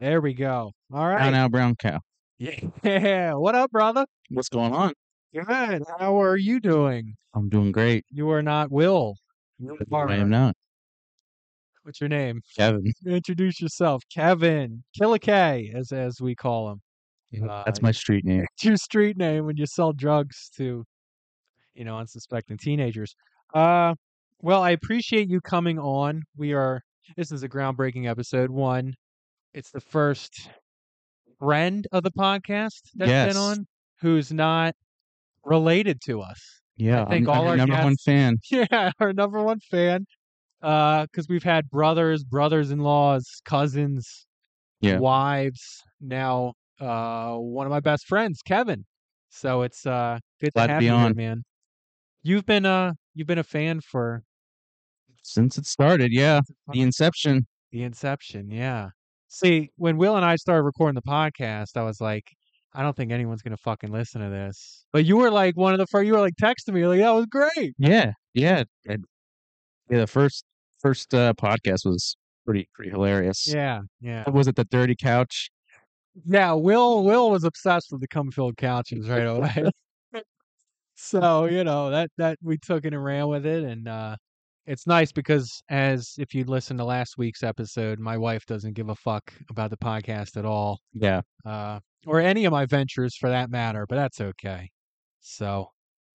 There we go. All Brown right. Owl, Brown Cow. Yeah. What up, brother? What's going on? Good. How are you doing? I'm doing great. You are not Will. You are. I am not. What's your name? Kevin. Introduce yourself, Kevin Killer K, as as we call him. That's Uh, my street name. it's your street name when you sell drugs to you know unsuspecting teenagers uh well i appreciate you coming on we are this is a groundbreaking episode one it's the first friend of the podcast that's Yes. been on who's not related to us Yeah, I think am all our number one guests- fan. yeah our number one fan uh because we've had brothers brothers-in-laws cousins Yeah. wives now uh one of my best friends kevin so it's uh good Glad to to have be you here, on. man you've been uh you've been a fan for Since it started, yeah, the inception. the inception yeah see when will and i started recording the podcast i was like i don't think anyone's gonna fucking listen to this but you were like one of the first you were like texting me like that was great Yeah, yeah, and- yeah. The first first uh, podcast was pretty pretty hilarious. yeah yeah What was it? The dirty couch. Yeah, Will Will was obsessed with the cum filled couches right away. so, you know, that that we took it and ran with it and uh it's nice because as if you listen to last week's episode, my wife doesn't give a fuck about the podcast at all. Yeah, Uh or any of my ventures for that matter, but that's okay. So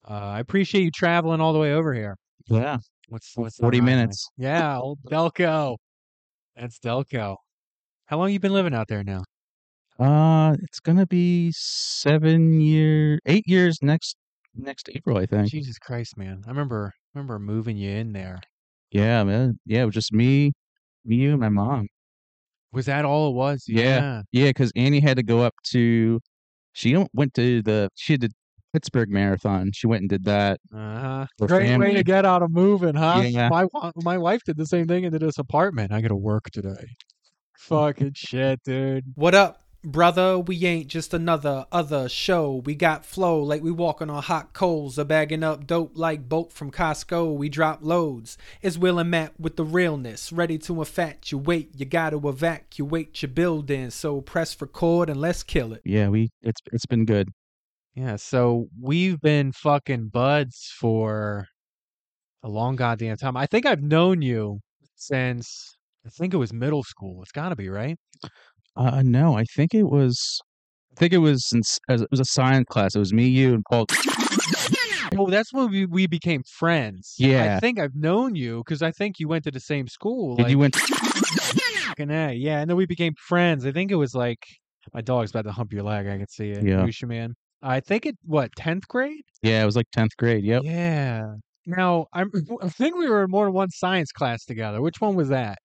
uh, I appreciate you traveling all the way over here. yeah. What's what's on 40 my mind? minutes. Yeah, old Delco. That's Delco. How long you been living out there now? Uh, it's gonna be seven year, eight years next next April, I think. Jesus Christ, man! I remember remember moving you in there. Yeah, man. Yeah, it was just me, me, you, and my mom. Was that all it was? Yeah. Yeah, because Annie had to go up to. She don't- went to the. She did Pittsburgh Marathon. She went and did that. Uh-huh. For Great way family. to get out of moving, huh? Yeah. My wa- my wife did the same thing into this apartment. I got to work today. Fucking shit, dude. Mm, What up, brother? We ain't just another other show. We got flow like we walking on hot coals, or bagging up dope like boat from Costco. We drop loads. It's Will and Matt with the realness, ready to infatuate. You gotta evacuate your building, so press record and let's kill it. Yeah, we. It's it's been good. Yeah. So we've been fucking buds for a long goddamn time. I think I've known you since I think it was middle school. It's got to be right. Uh, no, I think it was. I think it was since as- it was a science class. It was me, you, and Paul. Oh, that's when we, we became friends. I Yeah. think I've known you because I think you went to the same school. Did like- you went? Fucking A, yeah. And then we became friends. I think it was like my dog's about to hump your leg. I can see it. Yeah. Yusha man. I think it what tenth grade. Yeah, it was like tenth grade. Yep. Yeah. Now I'm, I think we were in more than one science class together. Which one was that?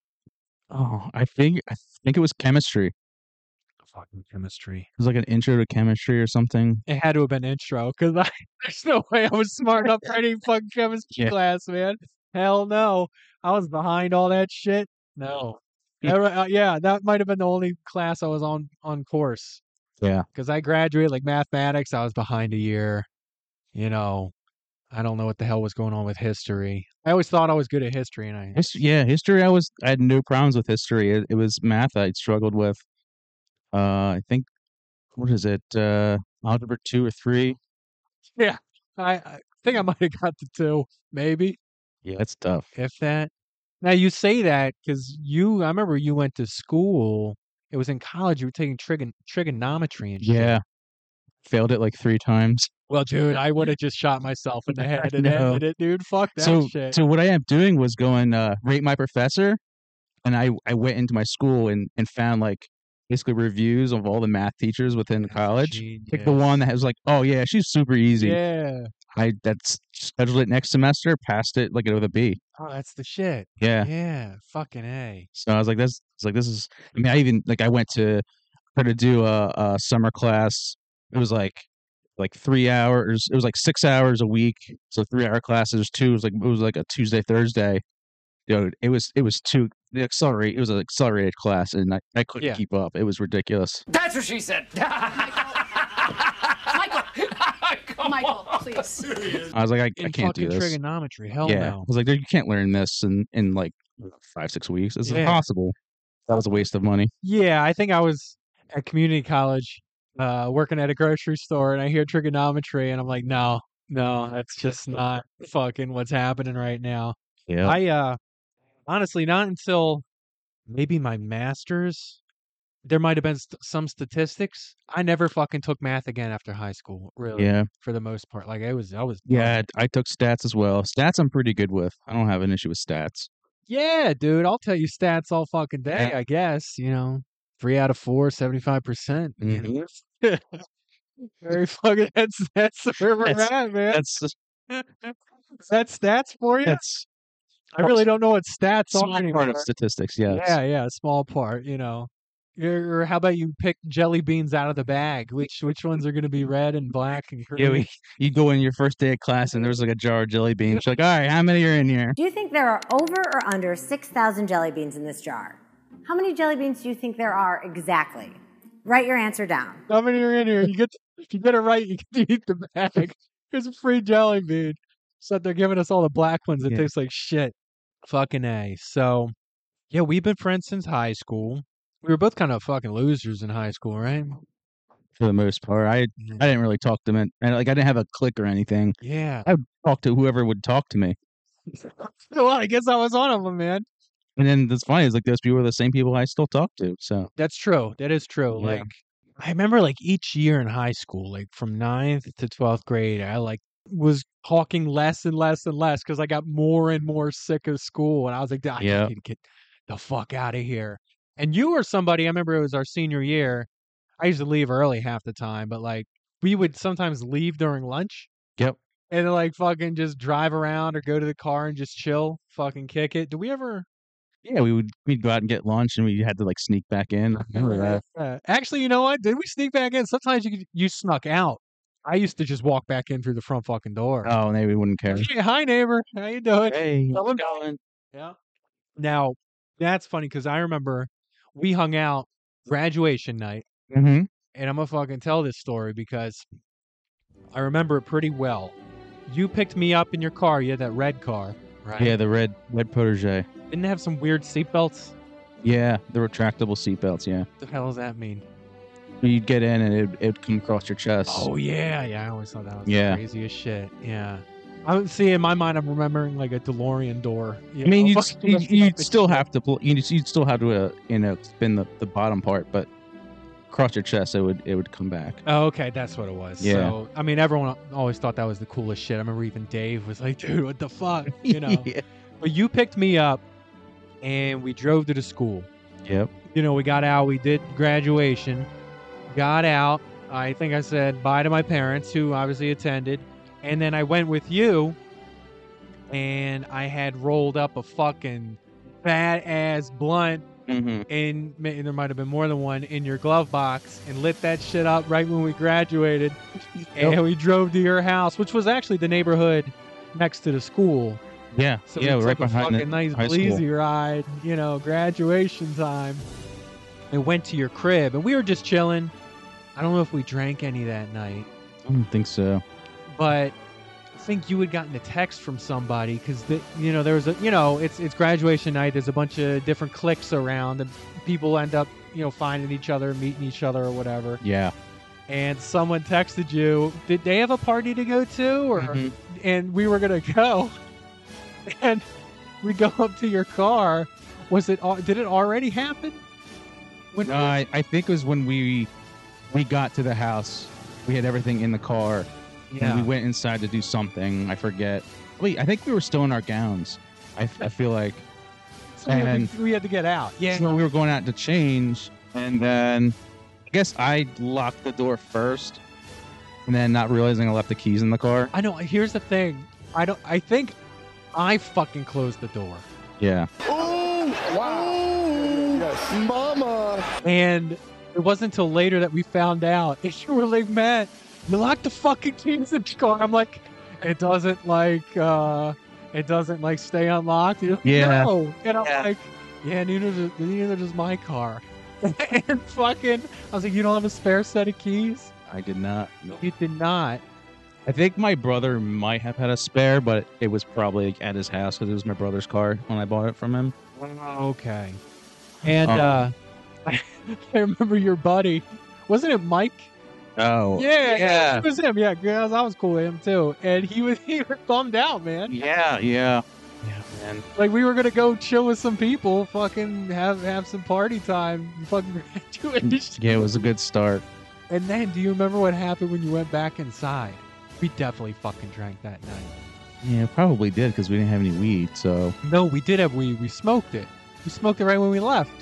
Oh, I think I think it was chemistry. It Fucking chemistry. was like an intro to chemistry or something. It had to have been intro because I there's no way I was smart enough for any fucking chemistry Yeah. class, man. Hell no. I was behind all that shit. No. Yeah. Every- uh, yeah, that might have been the only class I was on on course. Yeah. because I graduated like mathematics. I was behind a year. You know, I don't know what the hell was going on with history. I always thought I was good at history, and I History, yeah, history. I was I had no problems with history. It, it was math I struggled with. Uh, I think what is it? Uh, algebra two or three. I, I think I might have got the two, maybe Yeah, that's tough. if that. Now you say that because you, I remember you went to school. It was in college. You were taking trigon- trigonometry and shit. Yeah, failed it like three times. Well, dude, I would have just shot myself in the head and know. ended it, dude. Fuck that so, shit. so what I am doing was going uh, rate my professor, and I I went into my school and and found like basically reviews of all the math teachers within the That's college. Pick the genius. one that was like, oh yeah, she's super easy. Yeah. I that's scheduled it next semester, passed it like with a B. Oh, that's the shit. Yeah. Yeah. Fucking a. So I was like, "This, it's like this is." I mean, I even like I went to try to do a, a summer class. It was like like three hours. It was like six hours a week. So three hour classes. Two it was like it was like a Tuesday Thursday. Dude, it was it was two. The accelerate. It was an accelerated class, and I, I couldn't Yeah. keep up. It was ridiculous. That's what she said. Michael. Michael. Oh, Michael, please. I was like, I, in I can't fucking do this. trigonometry. Hell Yeah, I no. was like, "Dude, you can't learn this in in like five six weeks. This is Yeah. impossible. That was a waste of money. Yeah, I think I was at community college, uh, working at a grocery store, and I hear trigonometry, and I'm like, no, no, that's just not fucking what's happening right now. Yeah. I uh, honestly, not until maybe my master's, there might have been st- some statistics. I never fucking took math again after high school, really, yeah. for the most part. Like I was, I was, done. Yeah. I I took stats as well. Stats I'm pretty good with. I don't have an issue with stats. Yeah, dude, I'll tell you stats all fucking day, I guess. You know, three out of four, 75%. you know. Very fucking, that's, that's where we're Mm-hmm. That's- at, man. That's That's, stats for you. that's I really don't know what stats small are. part of anymore. statistics. Yeah. Yeah, yeah, small part, you know. Or or how about you pick jelly beans out of the bag? Which which ones are going to be red and black and green? Yeah, we, you go in your first day of class and there was like a jar of jelly beans. You're like, all right, how many are in here? Do you think there are over or under 6,000 jelly beans in this jar? How many jelly beans do you think there are exactly? Write your answer down. How many are in here? You get if you get it right, you get to eat the bag. It's a free jelly bean. So they're giving us all the black ones that Yeah. taste like shit. Fucking a. So yeah, we've been friends since high school. We were both kind of fucking losers in high school, right? For the most part, I Yeah. I didn't really talk to them, and like I didn't have a clique or anything. Yeah. Talk to whoever would talk to me. well, I guess I was one of them, man. And then that's funny is like those people are the same people I still talk to. So That's true. That is true. Yeah. Like I remember like each year in high school, like from ninth to twelfth grade, I like was talking less and less and less because I got more and more sick of school and I was like, I Yeah. need to get the fuck out of here. And you were somebody, I remember it was our senior year. I used to leave early half the time, but like we would sometimes leave during lunch. Yep. And like fucking just drive around or go to the car and just chill, fucking kick it. Do we ever yeah, we would we'd go out and get lunch, and we had to like sneak back in. I remember that. Yeah. Actually, you know what? Did we sneak back in? Sometimes you could- you snuck out. I used to just walk back in through the front fucking door. Oh, and they wouldn't care. Hey, hi neighbor, how you doing? Hey, Tell him- Now that's funny because I remember we hung out graduation night, hmm and I'm gonna fucking tell this story because I remember it pretty well. You picked me up in your car. You had that red car, right? Yeah, the red red protege. Didn't it have some weird seatbelts. Yeah, the retractable seatbelts. Yeah, What the hell does that mean? you'd get in, and it would come across your chest. Oh yeah, yeah. I always thought that was Yeah. the craziest shit. Yeah. I would see in my mind. I'm remembering like a DeLorean door. you I mean, know, you'd, fucking you'd, messed up you'd and still shit. have to pull. You'd, you'd still have to, uh, you know, spin the, the bottom part, but across your chest, it would it would come back. Oh, okay, that's what it was. Yeah. So I mean, everyone always thought that was the coolest shit. I remember even Dave was like, "Dude, what the fuck?" You know. Yeah. But you picked me up, and we drove to the school. Yep. you know, we got out, we did graduation, got out. I think I said bye to my parents, who obviously attended. And then I went with you, and I had rolled up a fucking fat ass blunt Mm-hmm. in, ma- there might have been more than one, in your glove box and lit that shit up right when we graduated. And we drove to your house, which was actually the neighborhood next to the school. Yeah. So yeah. we Right took a behind fucking it. nice high bleazy ride, you know, graduation time. And went to your crib, and we were just chilling. I don't know if we drank any that night, I don't think so. but I think you had gotten a text from somebody because the you know there was a you know it's it's graduation night. There's a bunch of different cliques around, and people end up you know finding each other, meeting each other, or whatever. Yeah. And someone texted you, did they have a party to go to, or Mm-hmm. and we were gonna go, and we go up to your car. Was it? al- Did it already happen? When No, I, I think it was when we we got to the house. We had everything in the car, and we went inside to do something. I forget. Wait, I think we were still in our gowns. I, I feel like. So we, had and- to, we had to get out. Yeah, So we were going out to change, and then I guess I locked the door first, and then not realizing I left the keys in the car. I know. Here's the thing. I don't. I think I fucking closed the door, Yeah, and it wasn't until later that we found out. And you were like, "Matt, you locked the fucking keys in the car." I'm like, "It doesn't like, uh it doesn't like stay unlocked." You're like, Yeah. "No." And I'm Yeah. like, "Yeah, neither does, neither does my car." and fucking, I was like, "You don't have a spare set of keys?" I did not. You did not. I think my brother might have had a spare, but it was probably at his house because it was my brother's car when I bought it from him. Okay. And Oh. uh, I remember your buddy, wasn't it Mike? Oh, Yeah, yeah. it was him. Yeah, 'cause I was, I was cool with him too, and he was he was bummed out, man. yeah, yeah, yeah, man. Like we were gonna go chill with some people, fucking have have some party time, fucking graduation. Yeah, it was a good start. And then, do you remember what happened when you went back inside? We definitely fucking drank that night. Yeah, it probably did because we didn't have any weed. So No, we did have weed. We smoked it. We smoked it right when we left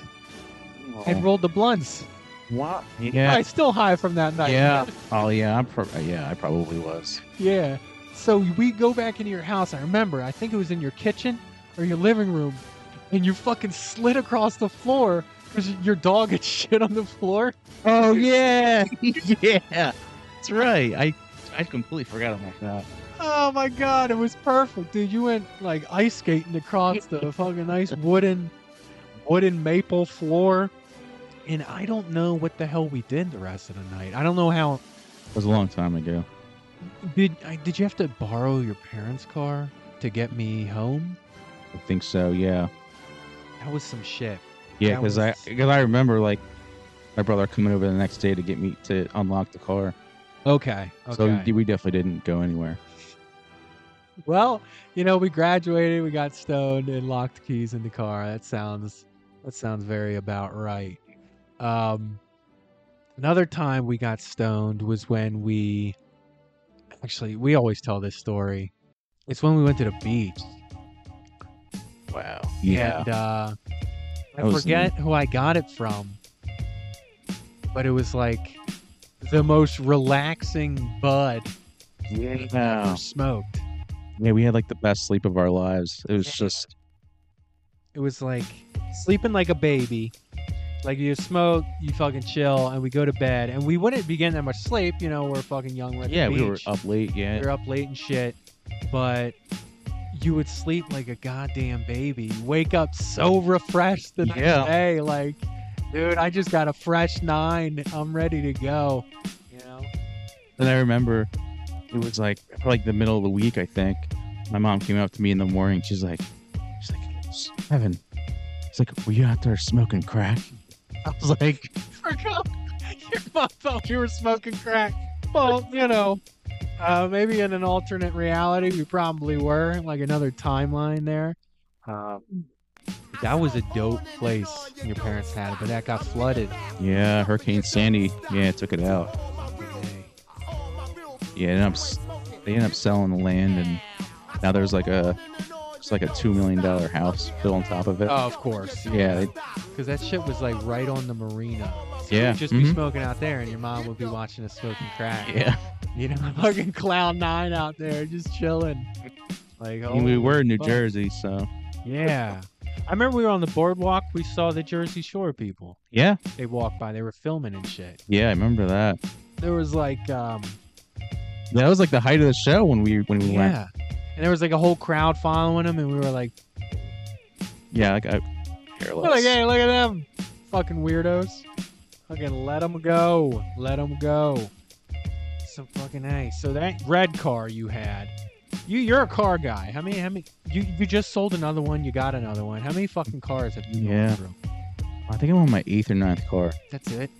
and rolled the blunts. what? Oh. Yeah, I still high from that night. yeah. Oh yeah, I'm prob- yeah, I probably was. Yeah. So we go back into your house. I remember. I think it was in your kitchen or your living room, and you fucking slid across the floor because your dog had shit on the floor. Oh yeah, yeah. That's right. I I completely forgot about that. Oh my god, it was perfect, dude. You went like ice skating across the fucking nice wooden, wooden maple floor, and I don't know what the hell we did the rest of the night. I don't know how. It was a long time ago. Did I, did you have to borrow your parents' car to get me home? I think so. Yeah, That was some shit. yeah. That Because I was- because I remember like my brother coming over the next day to get me to unlock the car. Okay. okay. So we- we definitely didn't go anywhere. Well, you know, we graduated, we got stoned, and locked the keys in the car. That sounds that sounds very about right. Um, another time we got stoned was when we actually we always tell this story. It's when we went to the beach. Wow. And, uh, That I was forget who I got it from, but it was like the most relaxing bud I've Yeah. ever smoked. Yeah, we had like the best sleep of our lives. It was Yeah. just it was like sleeping like a baby. Like you smoke, you fucking chill, and we go to bed. And we wouldn't be getting that much sleep, you know. We're fucking young. We're at the yeah, we were beach. up late. We Yeah, were up late and shit. But you would sleep like a goddamn baby. Wake up so refreshed the next Yeah. day. Like, dude, I just got a fresh nine. I'm ready to go. You know. and I remember it was like probably, like the middle of the week. I think my mom came up to me in the morning. She's like, she's like, Evan, it's like were you out there smoking crack? I was like, Virgo, your mom thought you were smoking crack. Well, you know, uh, maybe in an alternate reality, we probably were, like another timeline there. Um, that was a dope place when your parents had it, but that got flooded. yeah, Hurricane Sandy. Yeah, it took it out. Yeah, it ended up, s- they ended up selling the land, and now there's like a it's like a two million dollar house built on top of it. Oh, of course. Yeah, they- Because that shit was like right on the marina. So Yeah, You'd just be mhm. smoking out there, and your mom would be watching us smoking crack. yeah. You know, fucking clown nine out there, just chilling. Like, I mean, we were in New holy fuck. Jersey, so Yeah. I remember we were on the boardwalk. We saw the Jersey Shore people. yeah, They walked by. They were filming and shit. yeah. I remember that. There was like, um, That was like the height of the show when we when we went. yeah. And there was like a whole crowd following them, and we were like, Yeah, like I we're like, careless. hey, look at them. Fucking weirdos. Fucking let them go. Let them go. So fucking nice. So that red car you had, you you're a car guy. How many? How many? You you just sold another one. You got another one. How many fucking cars have you gone Yeah. through? I think I'm on my eighth or ninth car. That's it.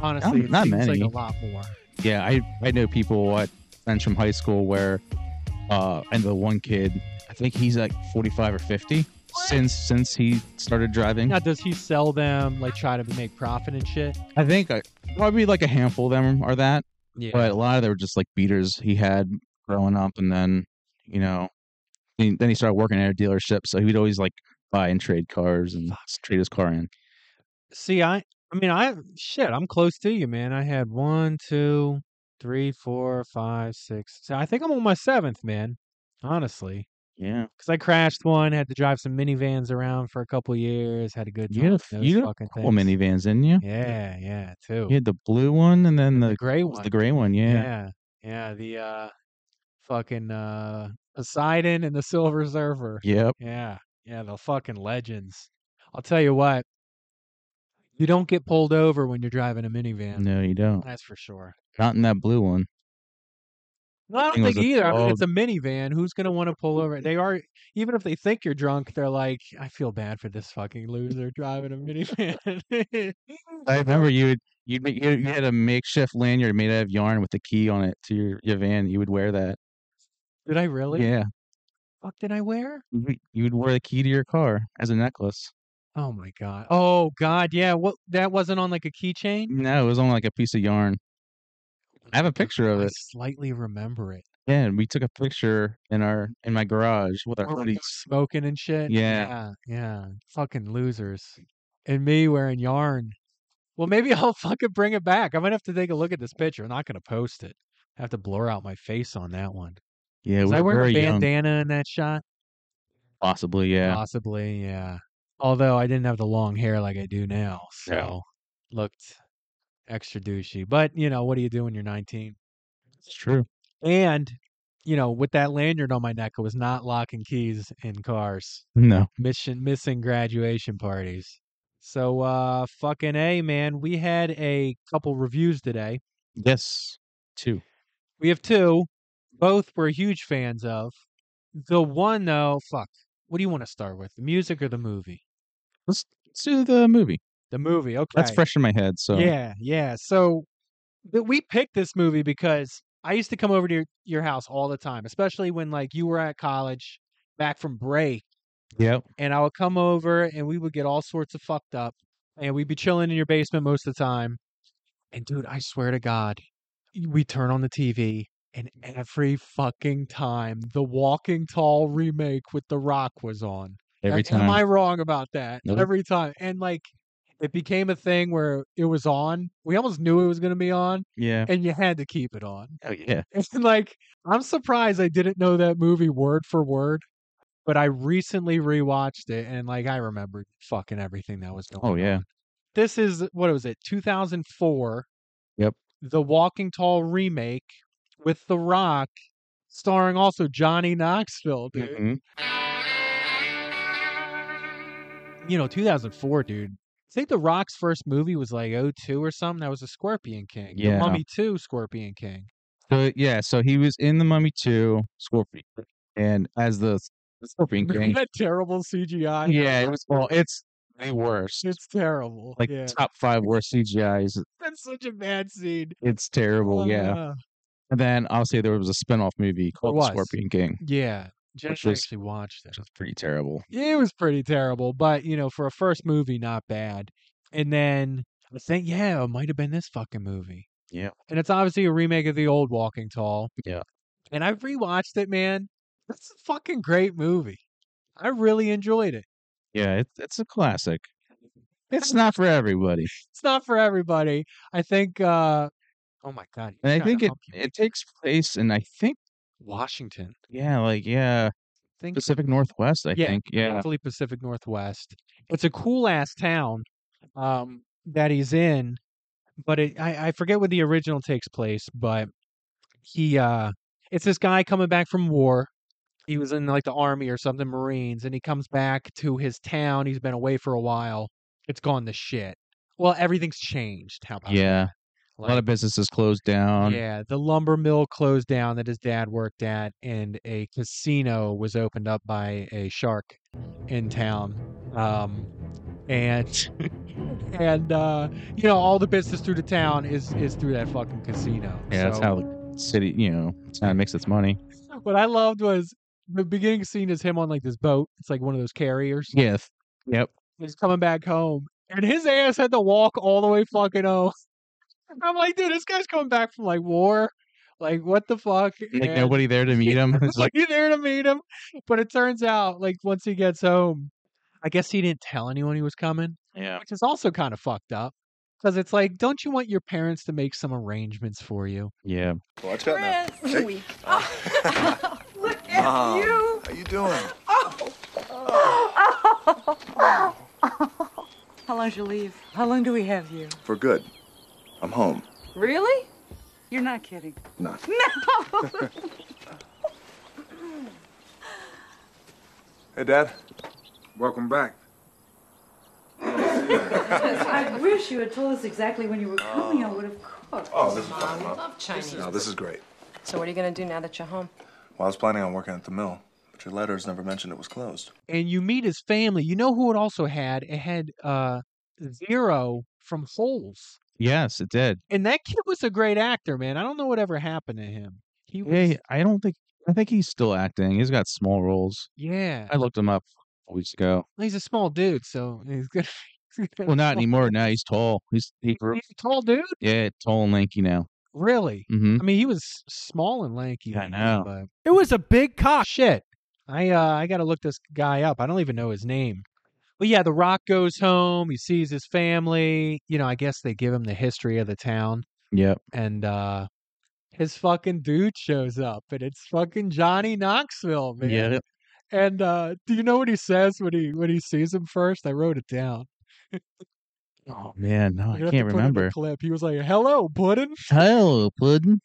Honestly, it Oh, not seems many. like a lot more. Yeah, I I know people at friends from high school where uh and the one kid I think he's like 45 or 50 since since he started driving. Now, does he sell them? Like, try to make profit and shit. I think I, probably like a handful of them are that, Yeah. but a lot of them were just like beaters he had growing up, and then you know, then then he started working at a dealership, so he would always like buy and trade cars and trade his car in. See, I, I mean, I shit, I'm close to you, man. I had one, two, three, four, five, six. So I think I'm on my seventh, man. Honestly, Yeah. because I crashed one, had to drive some minivans around for a couple years, had a good You time. had a with f- those you had a fucking couple things. minivans, didn't you? Yeah, yeah, too. You had the blue one and then the, the gray was one. the gray one, yeah. yeah, yeah. The uh, fucking uh, Poseidon and the Silver Surfer. Yep. Yeah, yeah, the fucking legends. I'll tell you what, you don't get pulled over when you're driving a minivan. No, you don't. That's for sure. Not in that blue one. No, I don't thing was think a either. I mean, dog. it's a minivan. Who's gonna want to pull over? They are even if they think you're drunk, they're like, I feel bad for this fucking loser driving a minivan. I remember you would you'd make, you you had a makeshift lanyard made out of yarn with a key on it to your, your van. You would wear that. did I really? Yeah, Fuck, did I wear? you would- you would wear the key to your car as a necklace. Oh my god. Oh god. Yeah. What? That wasn't on like a keychain. No, it was on like a piece of yarn. I have a picture of I it. slightly remember it. Yeah, and we took a picture in our in my garage with our Where we hoodies. go smoking and shit. Yeah. yeah, yeah. Fucking losers, and me wearing yarn. Well, maybe I'll fucking bring it back. I might have to take a look at this picture. I'm not gonna post it. I have to blur out my face on that one. Yeah, Was we I were wearing a very young, bandana in that shot? possibly. Yeah, Possibly, yeah. Although I didn't have the long hair like I do now, so Yeah. looked extra douchey. But you know, what do you do when you're 19? it's true. And you know, with that lanyard on my neck, it was not locking keys in cars. No, Mission missing graduation parties. So uh fucking A man, we had a couple reviews today. yes, two. We have two. Both we're huge fans of. The one though, fuck. What do you want to start with? The music or the movie? Let's do the movie. The movie. Okay. That's fresh in my head. So Yeah, yeah. So th- we picked this movie because I used to come over to your, your house all the time, especially when like you were at college back from break Yep. and I would come over and we would get all sorts of fucked up and we'd be chilling in your basement most of the time. And dude, I swear to God, y- we turn on the TV and every fucking time the Walking Tall remake with The Rock was on. every Am- Am I time. wrong about that? Nope. Every time. And like it became a thing where it was on. We almost knew it was going to be on Yeah. and you had to keep it on. Oh yeah. And like, I'm surprised I didn't know that movie word for word, but I recently rewatched it and like I remembered fucking everything that was going Oh yeah. on. This is what was it, 2004? Yep. The Walking Tall remake with The Rock, starring also Johnny Knoxville, dude. Mhm. You know, 2004, dude. I think The Rock's first movie was like 02 or something. That was The Scorpion King. The Yeah. Mummy 2 Scorpion King. So yeah, so he was in the Mummy Two Scorpion, and as the s- the Scorpion King. that terrible CGI. yeah, it was. Well, it's the worst. It's terrible. like yeah. top five worst CGIs. That's such a bad scene. It's terrible. yeah. Uh, And then obviously there was a spin-off movie called was. The Scorpion King, yeah. Jen Which and I was- actually watched it. which was pretty terrible. It was pretty terrible, but you know, for a first movie, not bad. And then I think, yeah, it might have been this fucking movie. Yeah. And it's obviously a remake of the old Walking Tall. Yeah. And I rewatched it, man. It's a fucking great movie. I really enjoyed it. Yeah, it's it's a classic. It's not for everybody, It's not for everybody. I think uh oh my god. you and I gotta think it help me. it takes place in I think Washington. yeah, like yeah, I think Pacific Northwest. I Yeah, think yeah, definitely Pacific Northwest. It's a cool ass town um, that he's in, but it, I, I forget where the original takes place. But he, uh, it's this guy coming back from war. He was in like the army or something, Marines, and he comes back to his town. He's been away for a while. It's gone to shit. Well, everything's changed. How about yeah. that? A Like- lot of businesses closed down. yeah, the lumber mill closed down that his dad worked at, and a casino was opened up by a shark in town. Um, and and uh, you know all the business through the town is is through that fucking casino. Yeah, that's So how the city, you know, it's how it makes its money. What I loved was the beginning scene is him on like this boat. It's like one of those carriers. Yeah. Yep. He's coming back home, and his ass had to walk all the way fucking home. I'm like, dude, this guy's coming back from like war. Like, what the fuck? Like And- nobody there to meet him. It's like, you there to meet him. But it turns out, like, once he gets home, I guess he didn't tell anyone he was coming, yeah, which is also kind of fucked up. Because it's like, don't you want your parents to make some arrangements for you? yeah. Watch out now. Chris, weak. Look at Mom, Ah. you. How you doing? How long you leave? How long do we have you? For good. I'm home. Really? You're not kidding. No. Hey, Dad. Welcome back. I wish you had told us exactly when you were coming. I would have cooked. Oh, this is fun, Mom. Now, this is great. So what are you gonna do now that you're home? Well, I was planning on working at the mill, but your letters never mentioned it was closed. and you meet his family. You know who it also had? It had uh Zero from Holes. Yes, it did. And that kid was a great actor, man. I don't know whatever happened to him. He was Yeah, he- I don't think I think he's still acting. He's got small roles. yeah. I looked him up a weeks ago. He's a small dude, so he's good. Well, not anymore. Now he's tall. He's he grew. He's a tall dude? Yeah, tall and lanky now. Really? Mm-hmm. I mean, he was s- small and lanky. I when he know. was, but- It was a big cock. shit. I uh I gotta look this guy up. I don't even know his name. But yeah, The Rock goes home, he sees his family. You know, I guess they give him the history of the town Yep. and uh his fucking dude shows up and it's fucking Johnny Knoxville, man. Yeah. And uh do you know what he says when he when he sees him first? I wrote it down. Oh man, no, You're gonna I have can't to put in the remember. clip. He was like, Hello, Puddin. Hello, Puddin.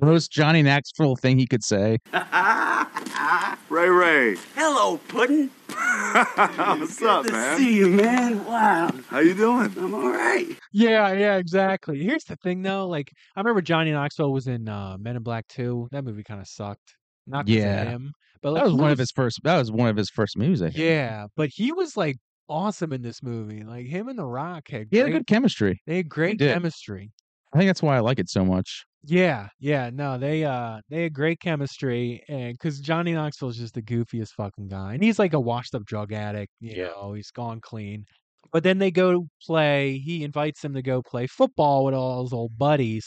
The most Johnny Knoxville thing he could say. Ray Ray, Hello, Puddin. what's up, man? See you, man. Wow. How you doing? I'm all right. Yeah, yeah, exactly. Here's the thing though, like I remember Johnny Knoxville was in uh Men in Black 2. That movie kinda sucked. Not 'cause of Yeah. him. But like That was he one of his first. That was one of his first movies. I think. Yeah, but he was like awesome in this movie. Like him and The Rock had He had great, good chemistry. they had great did. chemistry. I think that's why I like it so much. Yeah, yeah, no, they uh they had great chemistry, and because Johnny Knoxville's just the goofiest fucking guy, and he's like a washed up drug addict. You Yeah. know, he's gone clean. But then they go play. He invites them to go play football with all his old buddies.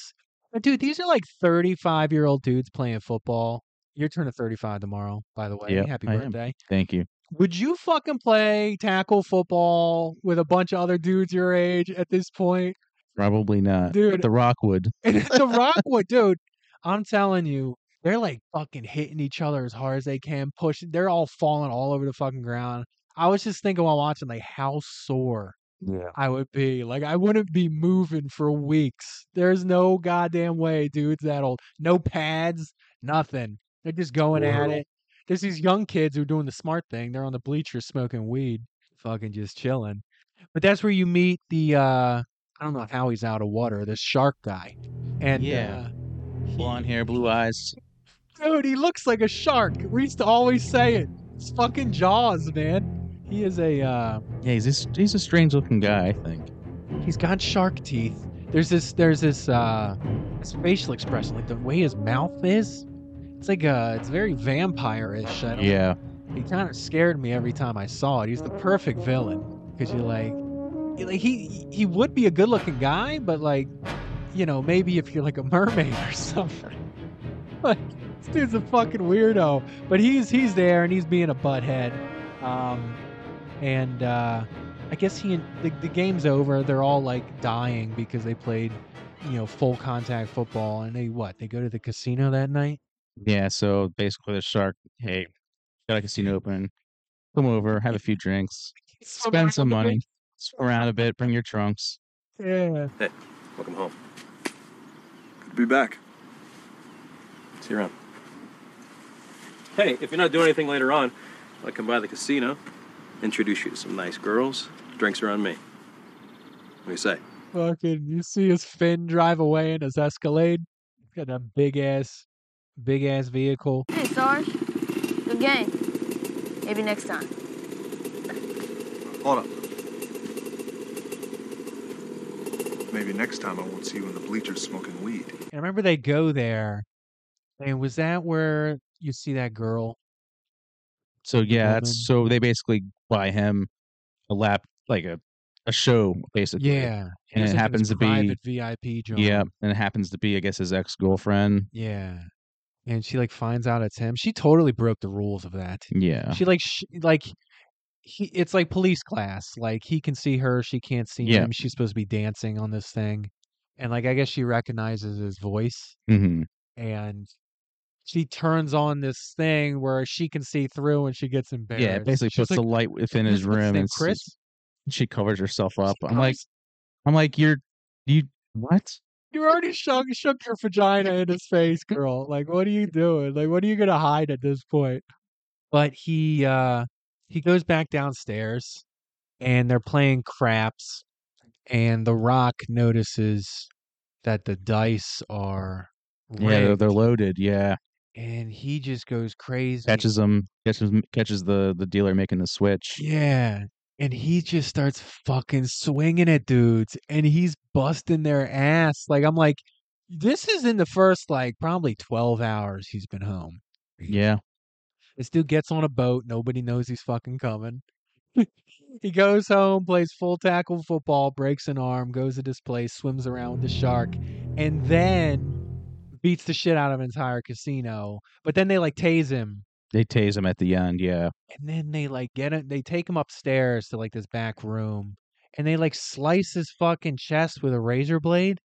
But dude, these are like thirty-five year old dudes playing football. You're turning thirty-five tomorrow, by the way. Yep, Happy I am. birthday. Thank you. Would you fucking play tackle football with a bunch of other dudes your age at this point? Probably not. but Dude. the Rock would. And the Rockwood, dude, I'm telling you, they're like fucking hitting each other as hard as they can, pushing. They're all falling all over the fucking ground. I was just thinking while watching, like, how sore Yeah. I would be. Like, I wouldn't be moving for weeks. There's no goddamn way, dudes, that old. No pads, nothing. They're just going at it. There's these young kids who are doing the smart thing. They're on the bleachers smoking weed, fucking just chilling. But that's where you meet the, uh, I don't know how he's out of water, this shark guy. And, uh, Yeah. Blonde hair, blue eyes. Dude, he looks like a shark. We used to always say it. It's fucking Jaws, man. He is a, uh, Yeah, he's this, he's a strange looking guy. I think. he's got shark teeth. There's this, there's this, uh, his facial expression, like the way his mouth is. It's like, uh, it's very vampire-ish. I don't, Yeah. He kind of scared me every time I saw it. He's the perfect villain. Cause you're like, you're like he, he would be a good looking guy, but like, you know, maybe if you're like a mermaid or something. Like, this dude's a fucking weirdo. But he's he's there and he's being a butthead. Um, and uh, I guess he and the, the game's over. They're all like dying because they played, you know, full contact football. And they what? They go to the casino that night. Yeah, so basically the shark, hey, got a casino open, come over, have a few drinks, spend some money, swim around a bit, bring your trunks. Yeah. Welcome home. Good to be back. See you around. Hey, if you're not doing anything later on, I'll come by the casino, introduce you to some nice girls. Drinks are on me. What do you say? Fucking, you see his fin drive away in his Escalade. He's got that big ass, big ass vehicle. Hey, Sarge. Good game. Maybe next time. Hold up. Maybe next time I won't see you in the bleachers smoking weed. And I remember they go there. And was that where you see that girl? So yeah, that's so they basically buy him a lap like a a show basically. Yeah. And He's like in it this happens to be private VIP job. Yeah, and it happens to be I guess his ex girlfriend. Yeah. And she like finds out it's him. She totally broke the rules of that. Yeah. She like sh- like he it's like police class. Like he can see her, she can't see Yeah. him. She's supposed to be dancing on this thing. And like I guess she recognizes his voice. hmm and she turns on this thing where she can see through and she gets embarrassed. Yeah, it basically She's puts the like, light within "What's his what's room name, and Chris. s- she covers herself up. I'm like Chris? I'm like you're you what? you already shook, shook your vagina in his face, girl. Like, what are you doing? Like, what are you gonna hide at this point? But he uh he goes back downstairs, and they're playing craps, and The Rock notices that the dice are Yeah, they're, rigged, they're loaded. Yeah, and he just goes crazy. catches them, catches catches the the dealer making the switch. Yeah. And he just starts fucking swinging at dudes and he's busting their ass. Like, I'm like, this is in the first, like, probably 12 hours he's been home. Yeah, This dude gets on a boat. Nobody knows he's fucking coming. he goes home, plays full tackle football, breaks an arm, goes to this place, swims around with the shark, and then beats the shit out of an entire casino. But then they, like, tase him they tase him at the end. Yeah, and then they like get him they take him upstairs to like this back room and they like slice his fucking chest with a razor blade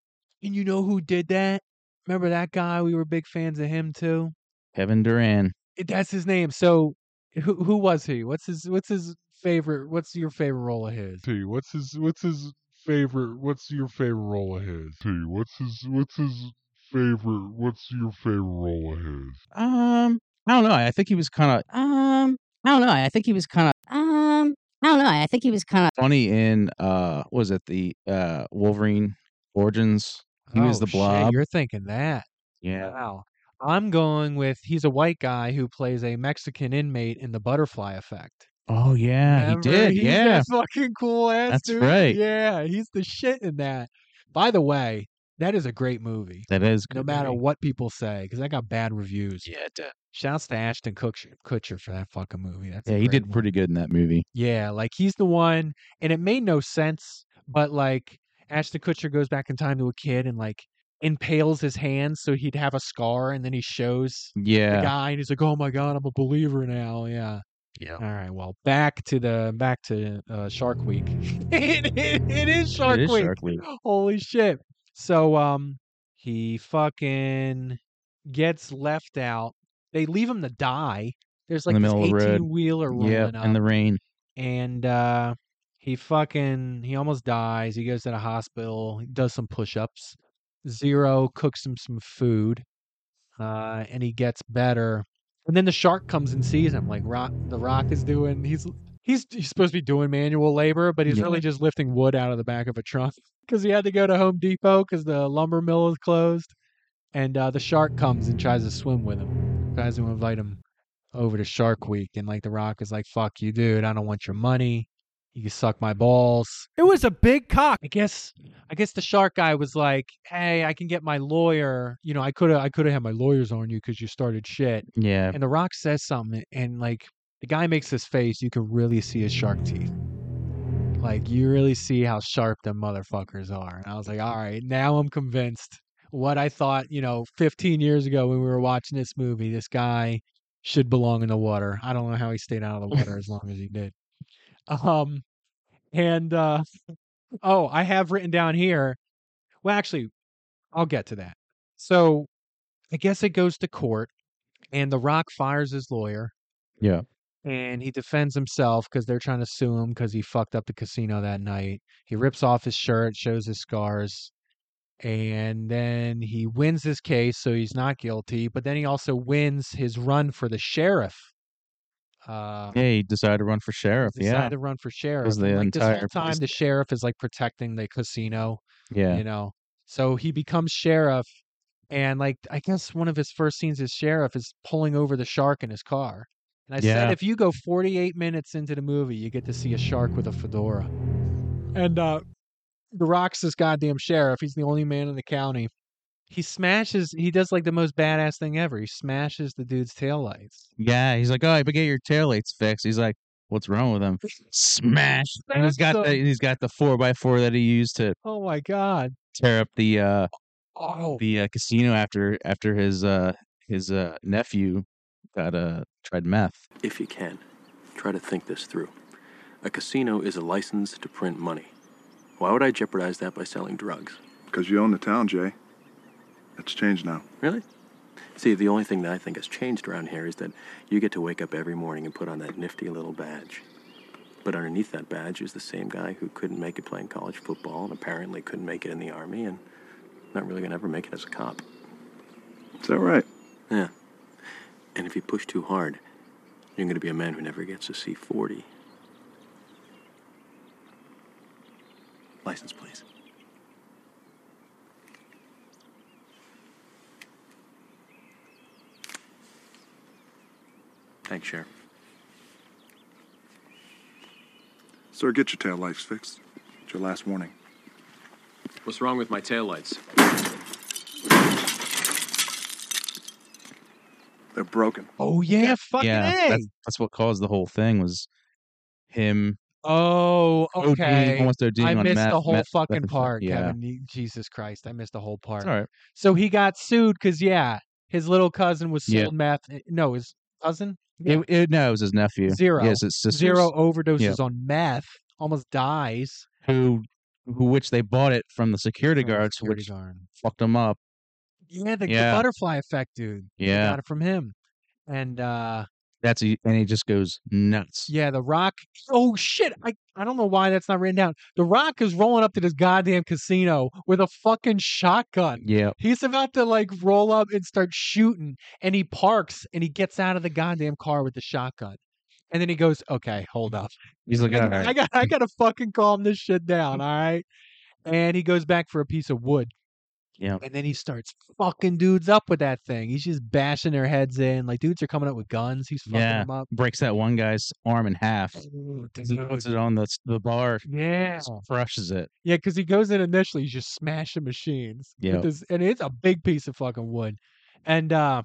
and you know who did that remember that guy we were big fans of him too Kevin Duran. It- that's his name so who who was he what's his what's his favorite what's your favorite role of his T. What's his What's his favorite? What's your favorite role of his? T. What's his What's his favorite? What's your favorite role of his? Um, I don't know. I think he was kind of. Um, I don't know. I think he was kind of. Um, I don't know. I think he was kind of funny in uh, what was it the uh Wolverine Origins? He was the Oh, shit, blob. you're thinking that Yeah, wow i'm going with he's a white guy who plays a mexican inmate in the butterfly effect Oh yeah, Remember? he did. He's yeah, that fucking cool ass. That's dude. right. Yeah, he's the shit in that. By the way, that is a great movie. that is. No good matter movie. what people say, because I got bad reviews. Yeah, it did. Shouts to Ashton Kutcher, Kutcher for that fucking movie. That's a yeah, he great did movie. pretty good in that movie. Yeah, like he's the one, and it made no sense, but like Ashton Kutcher goes back in time to a kid and like impales his hand so he'd have a scar, and then he shows the Yeah, guy and he's like oh my god i'm a believer now yeah Yeah. all right well back to the back to uh, shark week it, it- it is shark it is week Shark Week. holy shit so um he fucking gets left out they leave him to die there's In like the this middle of the road. 18 wheeler rolling Yeah, up in the rain. and uh he fucking he almost dies. He goes to the hospital, he does some push-ups. Zero cooks him some food. Uh and he gets better. And then the shark comes and sees him like Rock the Rock is doing he's he's he's supposed to be doing manual labor, but he's Yeah. really just lifting wood out of the back of a trunk cuz he had to go to Home Depot cuz the lumber mill is closed. And uh the shark comes and tries to swim with him. Tries to invite him over to Shark Week, and like The Rock is like, "Fuck you, dude! I don't want your money. You can suck my balls." It was a big cock. I guess, I guess the shark guy was like, "Hey, I can get my lawyer. You know, I could have, I could have had my lawyers on you because you started shit." Yeah, And The Rock says something, and like the guy makes his face. You can really see his shark teeth. Like you really see how sharp them motherfuckers are. And I was like, "All right, now I'm convinced." What I thought, you know, 15 years ago when we were watching this movie, this guy should belong in the water. I don't know how he stayed out of the water as long as he did. Um, and uh, oh, I have written down here. Well, actually, I'll get to that. So, I guess it goes to court, and The Rock fires his lawyer, yeah. and he defends himself because they're trying to sue him because he fucked up the casino that night. He rips off his shirt, shows his scars, and then he wins his case, so he's not guilty. But then he also wins his run for the sheriff. Uh, Yeah, he decided to run for sheriff. decided Yeah, to run for sheriff. the and, like this entire whole time, police- the sheriff is like protecting the casino yeah. you know so he becomes sheriff and like i guess one of his first scenes as sheriff is pulling over the shark in his car and i Yeah. said if you go 48 minutes into the movie you get to see a shark with a fedora and uh the rock's this goddamn sheriff he's the only man in the county he smashes he does like the most badass thing ever he smashes the dude's taillights Yeah, he's like, oh, but get your taillights fixed. He's like, what's wrong with him? Smash! And he's That's got the, so- and he's got the four by four that he used to oh my god tear up the uh oh the uh, casino after after his uh his uh nephew got uh tried meth. If you can, try to think this through. A casino is a license to print money. Why would I jeopardize that by selling drugs? Because you own the town, Jay. That's changed now. Really? See, the only thing that I think has changed around here is that you get to wake up every morning and put on that nifty little badge. But underneath that badge is the same guy who couldn't make it playing college football and apparently couldn't make it in the army and not really gonna ever make it as a cop. Is that right? Yeah. And if you push too hard, you're gonna be a man who never gets to see 40. License, please. Thanks, Sheriff. Sir, get your tail lights fixed. It's your last warning. What's wrong with my taillights? They're broken. Oh yeah, fucking yeah, A. that's, that's what caused the whole thing was him. Oh, ODing, okay. almost ODing I on missed meth- the whole meth- fucking methamphetamine. part, Yeah. Kevin. You- Jesus Christ, I missed the whole part. It's all right. So he got sued because yeah, his little cousin was Yeah. sold meth. eh, No, his cousin Yeah. It, it, no, it was his nephew. Zero. Yes, it's sisters. zero overdoses on meth, almost dies. Who, who, which they bought it from the security from the guards, security which guard. fucked him up. Yeah, the, the Yeah. butterfly effect, dude. They Yeah. got it from him. And uh That's a, and he just goes nuts. yeah, the Rock. Oh shit! I I don't know why that's not written down. The Rock is rolling up to this goddamn casino with a fucking shotgun. Yeah, He's about to like roll up and start shooting, and he parks and he gets out of the goddamn car with the shotgun, and then he goes, "Okay, hold up, he's like, all right. I got I gotta fucking calm this shit down, all right." And he goes back for a piece of wood, yeah, and then he starts fucking dudes up with that thing. He's just bashing their heads in, like dudes are coming up with guns. He's fucking Yeah. them up. breaks that one guy's arm in half, Ooh, puts dude. it on the the bar, Yeah. just crushes it. Yeah, because he goes in initially, he's just smashing machines. with Yep. this- and it's a big piece of fucking wood. And uh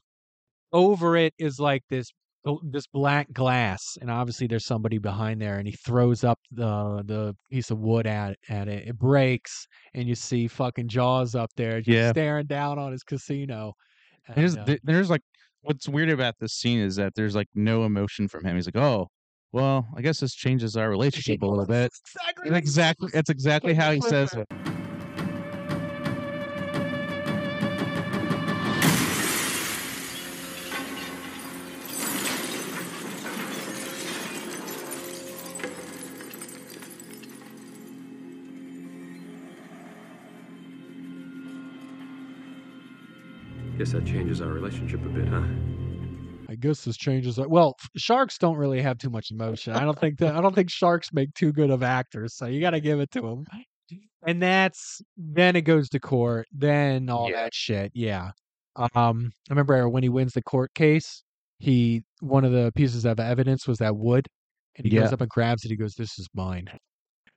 over it is like this bl- this black glass, and obviously there's somebody behind there, and he throws up the the piece of wood at at it. It breaks, and you see fucking Jaws up there just Yeah. staring down on his casino. And, There's uh, th- there's like what's weird about this scene is that there's like no emotion from him. He's like, oh, well, I guess this changes our relationship a little bit. Exactly. That's exactly that's exactly how he says it. Guess that changes our relationship a bit, huh? I guess this changes. our- Well, f- sharks don't really have too much emotion. I don't think that. I don't think sharks make too good of actors. So you got to give it to them. And that's then it goes to court. Then all Yeah. that shit. Yeah. Um, I remember when he wins the court case. He one of the pieces of evidence was that wood, and he Yeah. goes up and grabs it. He goes, "This is mine.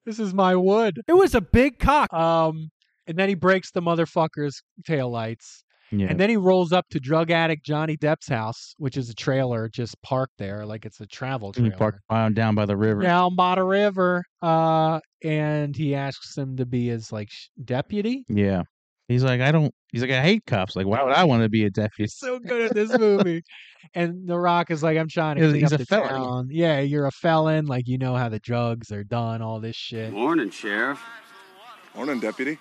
This is my wood." It was a big cock. Um, and then he breaks the motherfucker's tail lights. Yeah, And then he rolls up to drug addict Johnny Depp's house, which is a trailer just parked there, like it's a travel he trailer. parked down down by the river. Down by the river. Uh, and he asks him to be his like sh- deputy. Yeah. He's like, I don't. He's like, I hate cops. Like, why would I want to be a deputy? He's so good at this movie. and The Rock is like, I'm trying to He's- clean he's up a the felon. town. Yeah, you're a felon. Like you know how the drugs are done, all this shit. Morning, Sheriff. Morning, deputy.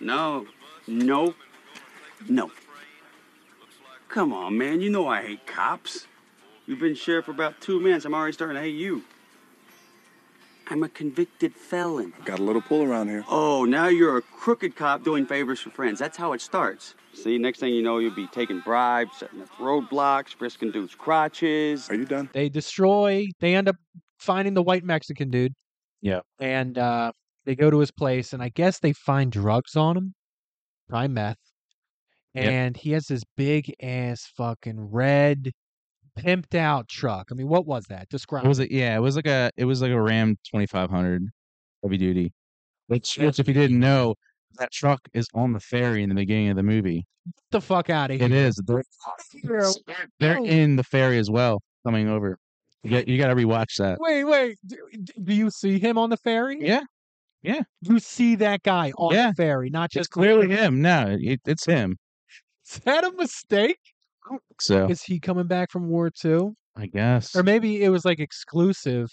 No. Nope. No. Come on, man. You know I hate cops. You've been sheriff for about two minutes. I'm already starting to hate you. I'm a convicted felon. Got a little pull around here. Oh, now you're a crooked cop doing favors for friends. That's how it starts. See, next thing you know, you'll be taking bribes, setting up roadblocks, risking dudes' crotches. Are you done? They destroy, they end up finding the white Mexican dude. Yeah. And uh, they go to his place, and I guess they find drugs on him, probably meth. Yep. And he has this big ass fucking red, pimped out truck. I mean, what was that? Describe. What was it? Yeah, it was like a it was like a Ram 2500 heavy duty. Which, which if you didn't know, that truck is on the ferry in the beginning of the movie. Get the fuck out of here. It is. They're, they're in the ferry as well, coming over. You got you got to rewatch that. Wait, wait. Do, do you see him on the ferry? Yeah, You see that guy on Yeah. the ferry, not it's just clearly him. No, it, it's him. Is that a mistake? So Is he coming back from war too? I guess Or maybe it was like exclusive.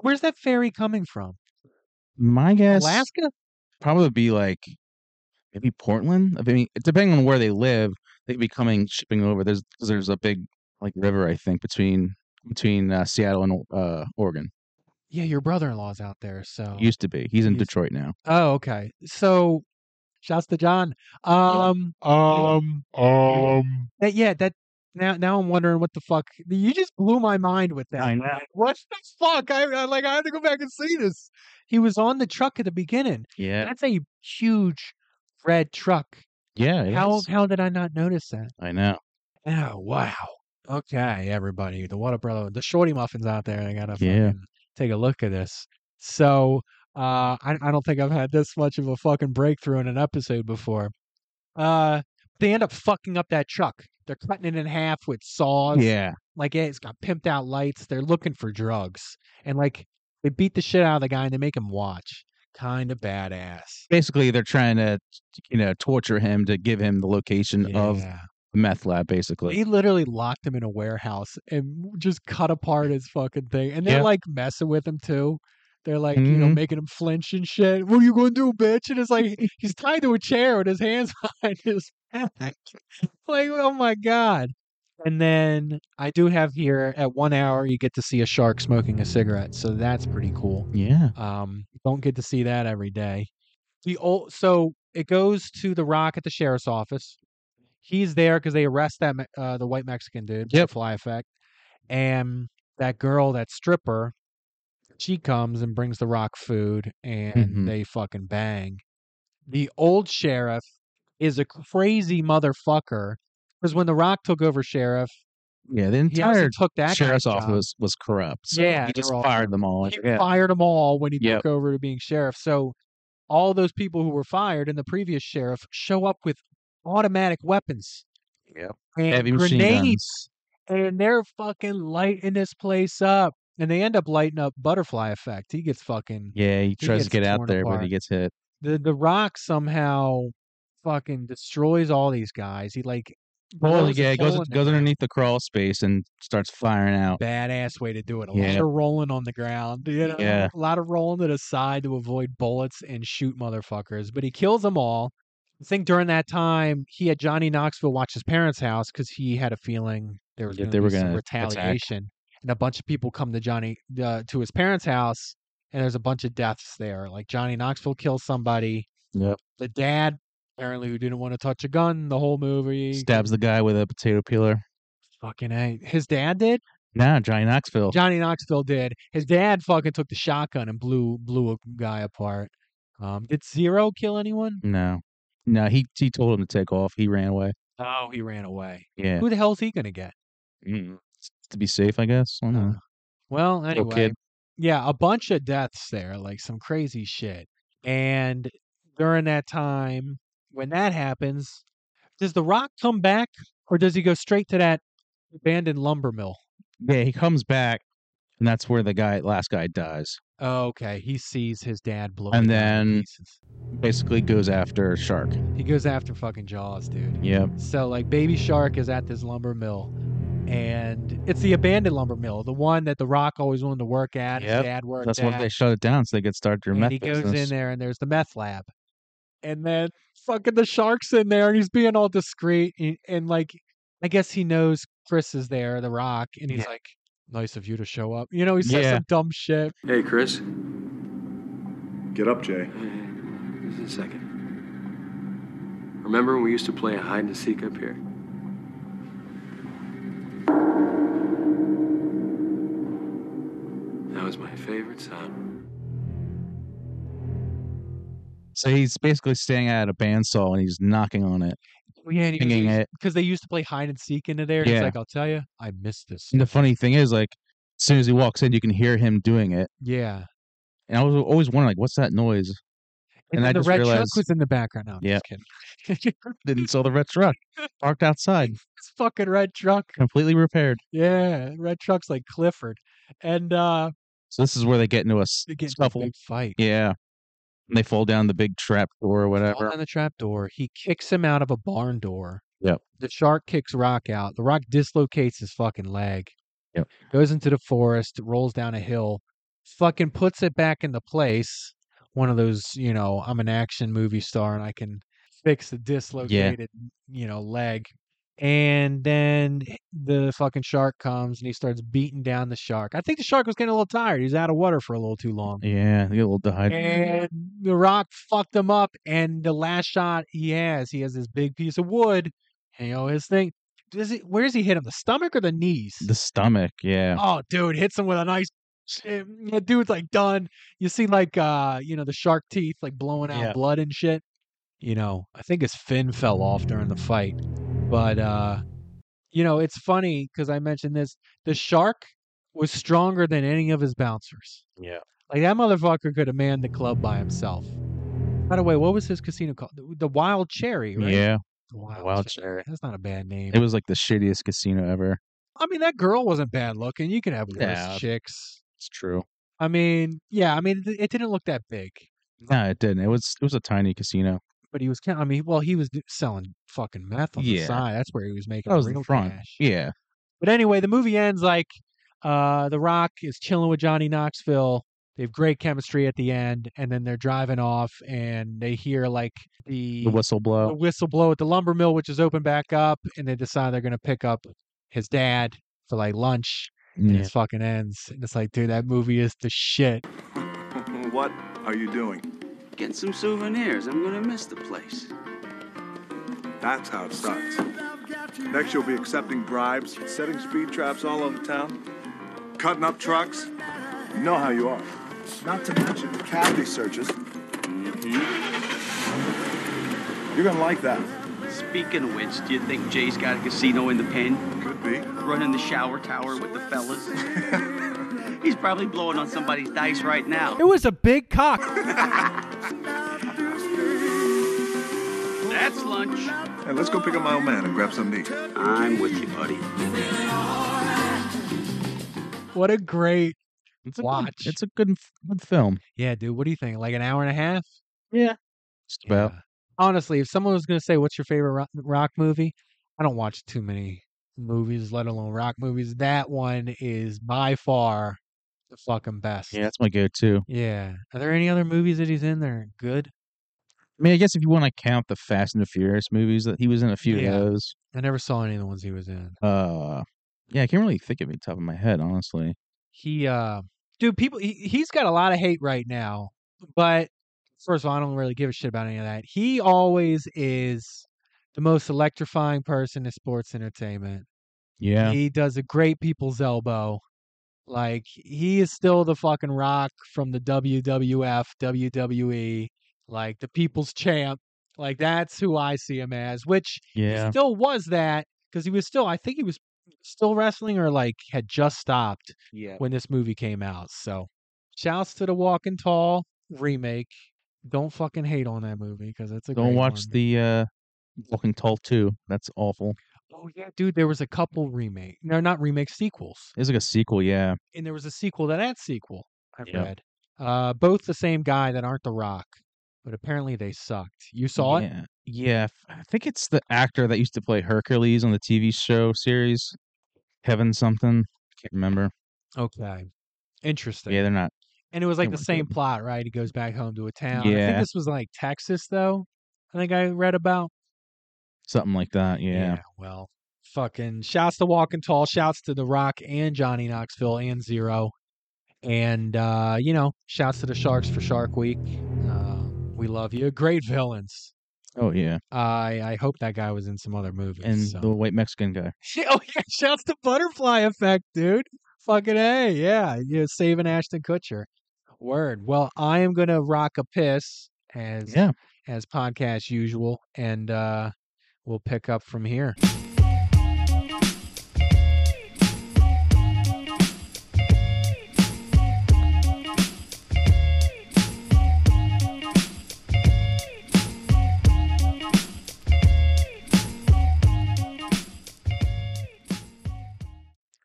Where's that ferry coming from? my guess Alaska? probably be like maybe Portland. I mean, depending on where they live, they could be coming shipping over. There's 'cause there's a big like river I think between between uh, Seattle and uh, Oregon. Yeah, your brother in law's out there. So Used to be. He's in Used- Detroit now. Oh, okay. So shouts to John. Um Um, um, that yeah, that now now I'm wondering what the fuck you just blew my mind with that. know. What the fuck? I, I like I had to go back and see this. He was on the truck at the beginning. Yeah, That's a huge red truck. Yeah. it How is. how did I not notice that? I know. Oh wow. Okay, everybody, the What a Brother, the shorty muffins out there, they gotta Yeah. fucking take a look at this. So uh, I I don't think I've had this much of a fucking breakthrough in an episode before. Uh, they end up fucking up that truck. They're cutting it in half with saws. Yeah. like it's got pimped out lights. They're looking for drugs, and like they beat the shit out of the guy and they make him watch. Kind of badass. Basically, they're trying to, you know, torture him to give him the location of the Yeah. meth lab. Basically, He literally locked him in a warehouse and just cut apart his fucking thing. And they're Yeah. like messing with him too. They're like, you know, Mhm. making him flinch and shit. What are you going to do, bitch? And it's like he's tied to a chair with his hands behind his back. Like, oh my god. And then I do have here at one hour you get to see a shark smoking a cigarette, so that's pretty cool. yeah. Um, don't get to see that every day. The old so it goes to the Rock at the sheriff's office. He's there because they arrest that Me- uh, the white Mexican dude, the Yep. Fly Effect, and that girl, that stripper. She comes and brings the Rock food, and Mhm. they fucking bang. The old sheriff is a crazy motherfucker because when the Rock took over sheriff, Yeah, the he also entire took that sheriff's guy's job. office was, was corrupt. So Yeah, he they're just all fired them all. He yeah. fired them all when he Yep. took over to being sheriff. So all those people who were fired in the previous sheriff show up with automatic weapons Yep. and Heavy machine grenades, and they're fucking lighting this place up. And they end up lighting up Butterfly Effect. He gets fucking Yeah, he tries to gets get out torn there, but he apart. gets hit. the the Rock somehow fucking destroys all these guys. He like Well, blows a yeah, he goes hole in the goes underneath the crawl space and starts firing out. badass way to do it. A lot Yeah. of rolling on the ground, you know, Yeah. a lot of rolling to the side to avoid bullets and shoot motherfuckers. But he kills them all. I think during that time, he had Johnny Knoxville watch his parents' house because he had a feeling there was That going they to be were some gonna attack. retaliation, and a bunch of people come to Johnny uh, to his parents' house, and there's a bunch of deaths there. Like Johnny Knoxville kills somebody. Yep. The dad apparently who didn't want to touch a gun the whole movie. Stabs the guy with a potato peeler. Fucking a. His dad did. Nah, Johnny Knoxville. Johnny Knoxville did. His dad fucking took the shotgun and blew blew a guy apart. Um, did Zero kill anyone? No. No, he he told him to take off. He ran away. Oh, he ran away. Yeah. Who the hell's he gonna get? Mm. To be safe, I guess. I don't know. Well, Little anyway, kid. yeah, a bunch of deaths there, like some crazy shit. And during that time, when that happens, does The Rock come back or does he go straight to that abandoned lumber mill? Yeah, he comes back, and that's where the guy last guy dies, Oh, okay, he sees his dad blow. and it down to then pieces. basically goes after Shark. he goes after fucking Jaws, dude. Yep. So like Baby Shark is at this lumber mill and it's the abandoned lumber mill, the one that the rock always wanted to work at. His Yep, dad worked That's at. why they shut it down so they could start their and meth he goes business. in there and there's the meth lab. And then fucking the shark's in there and he's being all discreet and, and like I guess he knows Chris is there, the rock, and he's Yeah. like, Nice of you to show up. You know, he says Yeah. some dumb shit. Hey, Chris. Get up, Jay. Just a second. Remember when we used to play hide and seek up here? That was my favorite sound. So he's basically staying at a bandsaw and he's knocking on it, Well, Yeah, and pinging it. because they used to play hide and seek into there. and He's Yeah. like, I'll tell you, I missed this. And the funny thing is, like, as soon as he walks in, you can hear him doing it. Yeah. And, And I was always wondering, like, what's that noise? And then I the just red realized- truck was in the background. No, I'm Yeah. just kidding. Didn't saw the red truck parked outside, this fucking red truck. completely repaired. Yeah, red truck's like Clifford, and uh, So this is where they get into a s- they get into a scuffle. big fight. Yeah, and they fall down the big trap door or Fall whatever. down the trap door. He kicks him out of a barn door. Yep. The shark kicks Rock out. The Rock dislocates his fucking leg. Yep. Goes into the forest, rolls down a hill, fucking puts it back into place. One of those, you know, I'm an action movie star and I can fix the dislocated, you know, leg. And then the fucking shark comes and he starts beating down the shark. I think the shark was getting a little tired. He was out of water for a little too long. Yeah, they get a little dehydrated. And The Rock fucked him up. And the last shot he has, he has this big piece of wood. And, you know, his thing. Does he, where does he hit him? The stomach or the knees? The stomach, yeah. Oh, dude, hits him with a nice. The dude's like done. You see, like, uh, you know, the shark teeth like blowing out Yeah. blood and shit. you know, I think his fin fell off during the fight. But uh you know, it's funny cuz I mentioned this, the shark was stronger than any of his bouncers. Yeah. Like that motherfucker could have manned the club by himself. By the way, what was his casino called? The, the Wild Cherry, right? Yeah. The Wild, Wild Cherry. That's not a bad name. It was like the shittiest casino ever. I mean, that girl wasn't bad looking. You can have worse Yeah. chicks. It's true. I mean, yeah, I mean, it it didn't look that big, No, it didn't. It was it was a tiny casino. but he was, ca- I mean, well, he was d- selling fucking meth on the Yeah. side. That's where he was making That was the real front. cash. Yeah. But anyway, the movie ends like uh, The Rock is chilling with Johnny Knoxville. They have great chemistry at the end, and then they're driving off, and they hear like the The whistle the blow. whistle blow at the lumber mill, which is open back up, and they decide they're going to pick up his dad for like lunch. And Yeah. it fucking ends. And it's like, dude, that movie is the shit. What are you doing? Getting some souvenirs. I'm gonna miss the place. That's how it starts. Next, you'll be accepting bribes, setting speed traps all over town, cutting up trucks. You know how you are. Not to mention cavity searches. Mm-hmm. You're gonna like that. Speaking of which, do you think Jay's got a casino in the pen? Could be. Running the shower tower with the fellas. He's probably blowing on somebody's dice right now. It was a big cock. That's lunch. Hey, let's go pick up my old man and grab something to eat. I'm with you, buddy. What a great It's a watch. Good, it's a good f- good film. yeah, dude, what do you think? Like an hour and a half? Yeah. Just about. Yeah. Honestly, if someone was going to say, what's your favorite rock, rock movie? I don't watch too many movies, let alone rock movies. That one is by far the fucking best. Yeah, that's my go-to. Yeah. Are there any other movies that he's in that are good? I mean, I guess if you want to count the Fast and the Furious movies, that he was in a few Yeah. of those. I never saw any of the ones he was in. Uh, yeah, I can't really think of it top of my head, honestly. he uh dude people he, he's got a lot of hate right now but first of all i don't really give a shit about any of that he always is the most electrifying person in sports entertainment Yeah, he does a great people's elbow like he is still the fucking rock from the wwf wwe E, like the people's champ like that's who i see him as which yeah, he still was that because he was still i think he was still wrestling or like had just stopped yeah. when this movie came out. So, shouts to the Walking Tall remake. Don't fucking hate on that movie because it's a Don't great watch one. the uh, Walking Tall two. That's awful. Oh yeah, dude, there was a couple remake. No, not remake sequels, It's like a sequel. Yeah, and there was a sequel to that sequel. I've Yep. read. Uh, both the same guy that aren't The Rock, but apparently they sucked. You saw it? yeah. Yeah, f- I think it's the actor that used to play Hercules on the TV show series, Kevin something. I can't remember. Okay, interesting. Yeah, they're not. and it was like they the weren't same good. plot, right? He goes back home to a town. I think Yeah. this was like Texas, though. I think I read about. Something like that. Yeah. Well, fucking shouts to Walking Tall, shouts to The Rock and Johnny Knoxville and Zero. And, uh, you know, shouts to the Sharks for Shark Week. Uh, we love you. Great villains. Oh yeah. I I hope that guy was in some other movies. And so. the white Mexican guy. Shit, Oh yeah, shouts to Butterfly Effect, dude. Fucking a, yeah, yeah, saving Ashton Kutcher. Word. Well, I am gonna rock a piss as Yeah. as podcast usual, and uh we'll pick up from here.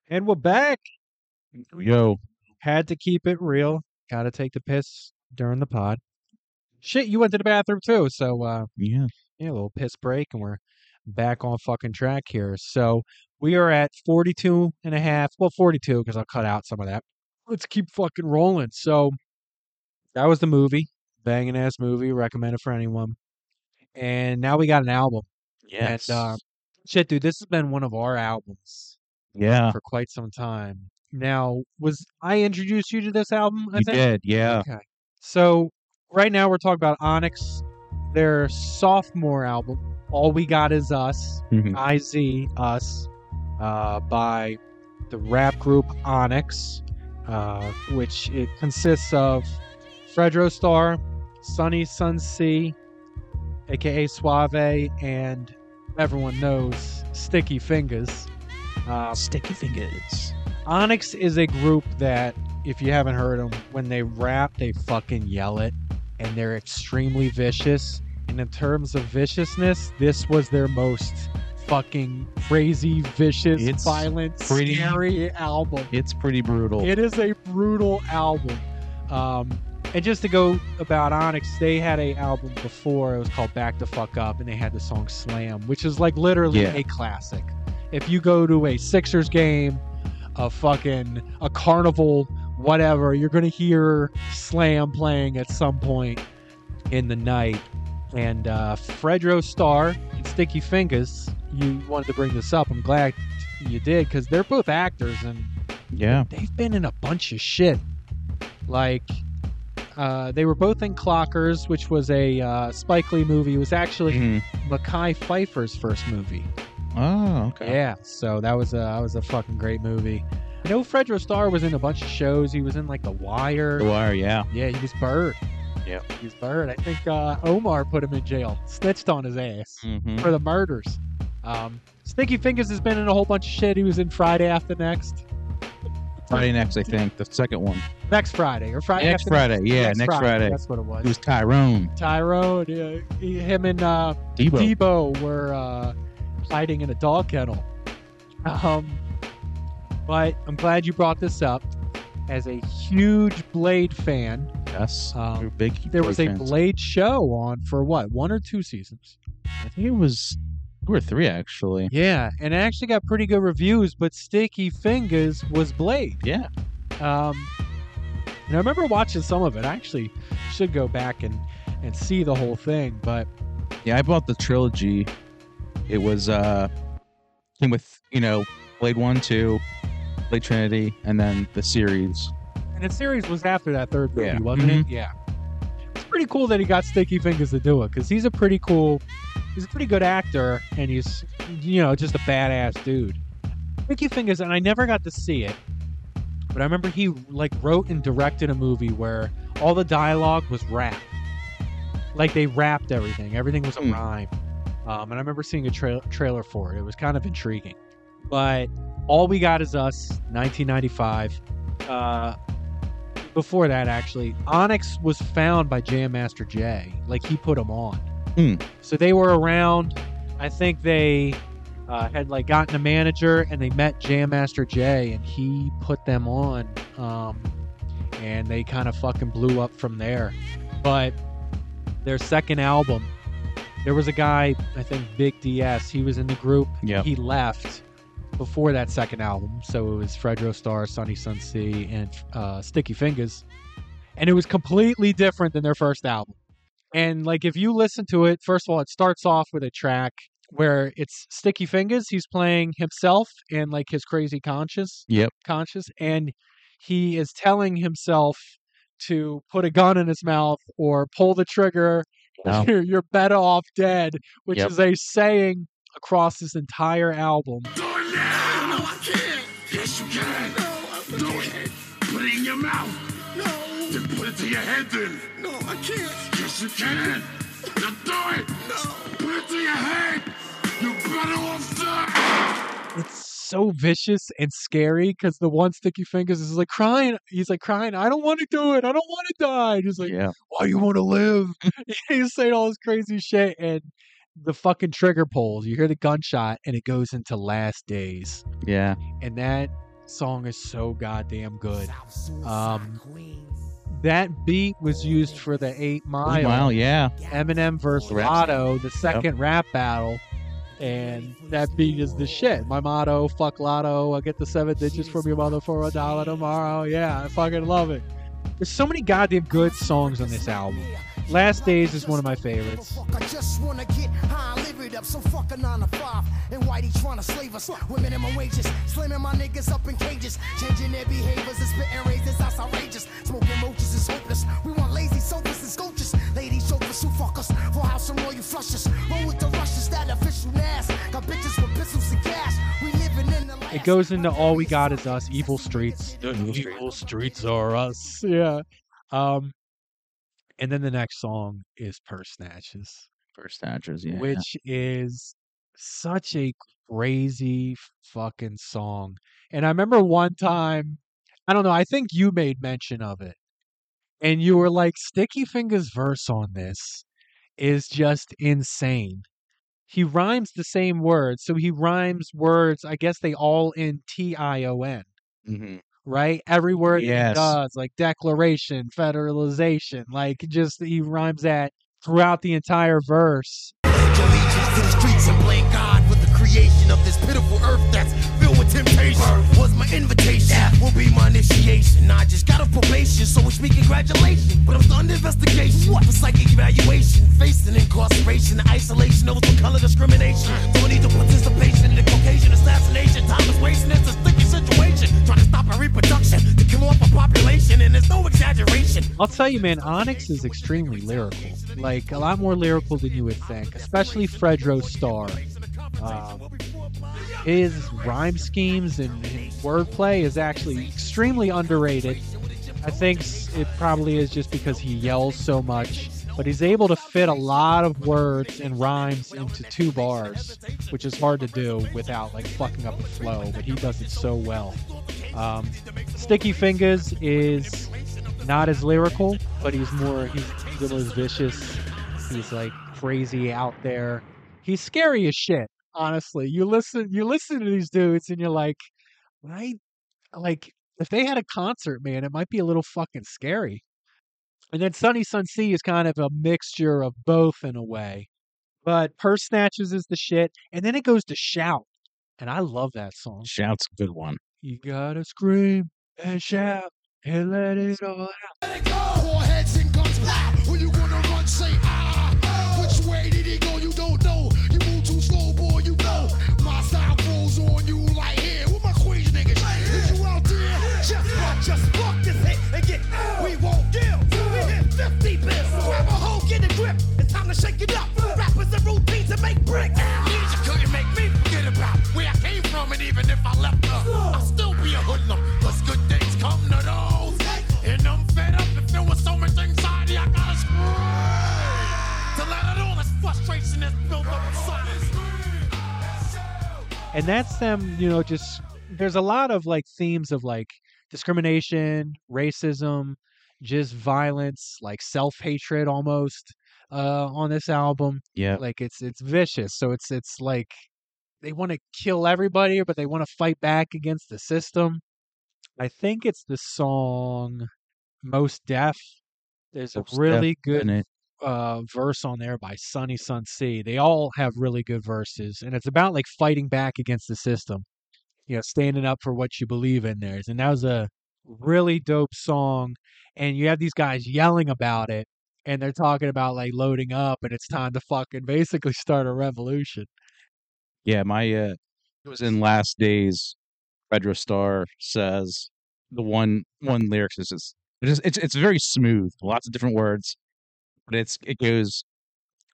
And we're back. Yo. Had to keep it real. Got to take the piss during the pod. Shit, you went to the bathroom too, so uh Yeah. Yeah, a little piss break, and we're back on fucking track here. So we are at 42 and a half. Well, 42, because I'll cut out some of that. Let's keep fucking rolling. So that was the movie. Banging ass movie. Recommend it for anyone. And now we got an album. Yes. And uh, shit, dude, this has been one of our albums yeah. for quite some time. Now, was I introduced you to this album? I You think? did. Yeah. Okay. So right now we're talking about Onyx, their sophomore album. All we got is us. Mhm. IZ Us uh, by the rap group Onyx, uh, which it consists of Fredro Star, Sunny Sun C, aka Suave, and everyone knows Sticky Fingers. Uh, Sticky Fingers. Onyx is a group that, if you haven't heard them, when they rap, they fucking yell it, and they're extremely vicious. And in terms of viciousness, this was their most fucking crazy, vicious, It's violent, pretty- scary album. It's pretty brutal. It is a brutal album. Um, and just to go about Onyx, they had a album before. It was called Back the Fuck Up, and they had the song Slam, which is like literally Yeah. a classic. If you go to a Sixers game, a fucking a carnival, whatever, you're gonna hear Slam playing at some point in the night. And uh, Fredro Starr and Sticky Fingers, you wanted to bring this up. I'm glad you did because they're both actors and yeah. they've been in a bunch of shit. Like, uh, they were both in Clockers, which was a uh, Spike Lee movie. It was actually Mhm. Mackay Pfeiffer's first movie. Oh, okay. Yeah, so that was a that was a fucking great movie. I know Fredro Starr was in a bunch of shows. He was in like The Wire. The wire, yeah. Yeah, he was Bird. Yeah. He was Bird. I think uh, Omar put him in jail, snitched on his ass Mm-hmm. for the murders. Um, Sticky Fingers has been in a whole bunch of shit. He was in Friday After Next. Friday next, I think. The second one. next Friday or Friday. Next after Friday, yeah, next Friday. That's what it was. It was Tyrone. Tyrone, yeah, he- him and uh, Debo. Debo were uh, hiding in a dog kennel. Um, but I'm glad you brought this up. As a huge Blade fan, Yes. um, we were big. there was a fans. Blade show on for what one or two seasons. I think it was two or three, actually. Yeah, and it actually got pretty good reviews. But Sticky Fingers was Blade. Yeah. Um, and I remember watching some of it. I actually should go back and, and see the whole thing. But Yeah, I bought the trilogy. It was uh came with, you know, Blade One, Two, Blade Trinity, and then the series. and the series was after that third movie, Yeah. wasn't it? Yeah. It's pretty cool that he got Sticky Fingers to do it because he's a pretty cool, he's a pretty good actor, and he's you know just a badass dude. Sticky Fingers, and I never got to see it, but I remember he like wrote and directed a movie where all the dialogue was rap, like they rapped everything. Everything was a Hmm. rhyme. Um, and I remember seeing a tra- trailer for it. It was kind of intriguing. But all we got is us, 1995. Uh, before that, actually, Onyx was found by Jam Master Jay. Like he put them on. Hmm. So they were around. I think they uh, had like gotten a manager and they met Jam Master Jay, and he put them on. Um, and they kind of fucking blew up from there. But their second album, there was a guy, I think Big DS, he was in the group. Yeah. He left before that second album. So it was Fredro Starr, Sunny Sun Sea, and uh, Sticky Fingers. And it was completely different than their first album. And like if you listen to it, first of all, it starts off with a track where it's Sticky Fingers. He's playing himself and like his crazy conscious Yep. conscious and he is telling himself to put a gun in his mouth or pull the trigger Wow. you're, you're better off dead which Oh. Yep. is a saying across this entire album Yes, you can. No, Do it. Put it in your mouth. No. Then put it to your head then. No, I can't. Yes, you can. Now do it. No. Put it to your head. You better off die. it's so vicious and scary because the one sticky fingers is like crying he's like crying i don't want to do it i don't want to die and he's like Yeah. why "Oh, you want to live he's saying all this crazy shit and the fucking trigger pulls you hear the gunshot and it goes into last days Yeah. and that song is so goddamn good. Um, that beat was used for the Eight Mile, Mile, yeah. Eminem versus Rap Motto, the second rap battle, and that beat is the shit. My motto: "Fuck Lotto, I'll get the seven digits from your mother for a dollar tomorrow." Yeah, I fucking love it. There's so many goddamn good songs on this album. Last Days is one of my favorites. Fuck, I just wanna get high, live it up, so fuck a nine to five. And whitey trying to slave us with minimum wages, slamming my niggas up in cages, changing their behaviors and spitting razors, that's outrageous. Smoking roaches is hopeless. We want lazy sofas and sculptures, lady chauffeurs who fuck us, for house and royal flushes. Roll with the rushes, that official nass. Got bitches with pistols and cash. We living in the last. It goes into All We Got Is Us, Evil Streets. Evil Streets Are Us. Yeah. Um, and then the next song is Purse Snatches. Her statures, yeah. which is such a crazy fucking song. And I remember one time, I don't know, I think you made mention of it. And you were like, Sticky Fingers' verse on this is just insane. He rhymes the same words. So he rhymes words, I guess they all in T I O N, Mm-hmm. right? Every word Yes. he does, like declaration, federalization, like just he rhymes that throughout the entire verse. allegiance to the streets and blame God for the creation of this pitiful earth that's filled with temptation. Birth was my invitation, will be my initiation. I just got a probation, so wish me congratulations. But I'm still under investigation for psychic evaluation, facing incarceration, the isolation over the color discrimination. Don't need the participation in the Caucasian assassination. Time is wasting, it's a sticky situation. Trying to stop our reproduction to kill off a population, and there's no exaggeration. I'll tell you, man, Onyx is extremely lyrical. Like, a lot more lyrical than you would think, especially Fredro Starr. Um, his rhyme schemes and, and wordplay is actually extremely underrated. I think s- it probably is just because he yells so much, but he's able to fit a lot of words and rhymes into two bars, which is hard to do without like fucking up the flow, but he does it so well. Um, Sticky Fingers is not as lyrical, but he's more he's a little as vicious. He's like crazy out there. He's scary as shit. Honestly, you listen you listen to these dudes and you're like, I like if they had a concert, man, it might be a little fucking scary. And then Sunny Sun Sea is kind of a mixture of both in a way. But Purse Snatches is the shit, and then it goes to Shout, and I love that song. Shout's a good one. You gotta scream and shout and let it all out. Four heads and guns, blah. When you gonna run, say ah. Which way did it go? You don't know. You move too slow, boy. You know my style grows on you like here. With my queens, niggas. If you out there, just fuck, just fuck this hit and get. We won't deal. We hit 50 bills. Grab a hoe, get a grip. It's time to shake it up. Rappers and routines and make bricks. Music couldn't make me forget about where I came from, and even if I left her, I'll still be a hoodlum. 'Cause good things come to those. And I'm fed up and filled with so much anxiety, I gotta scream. To let out all this frustration that's built up inside and that's them you know just there's a lot of like themes of like discrimination racism just violence like self-hatred almost uh on this album Yeah. like it's it's vicious so it's it's like they want to kill everybody but they want to fight back against the system i think it's the song most deaf there's a Most Def, really isn't good it? uh, verse on there by Sunny Sun Sea. They all have really good verses, and it's about like fighting back against the system, you know, standing up for what you believe in. There's and that was a really dope song, and you have these guys yelling about it, and they're talking about like loading up, and it's time to fucking basically start a revolution. Yeah, my uh it was in Last Days, Fredro Starr says the one one lyrics is just it's just- it's it's very smooth, lots of different words. But it's it goes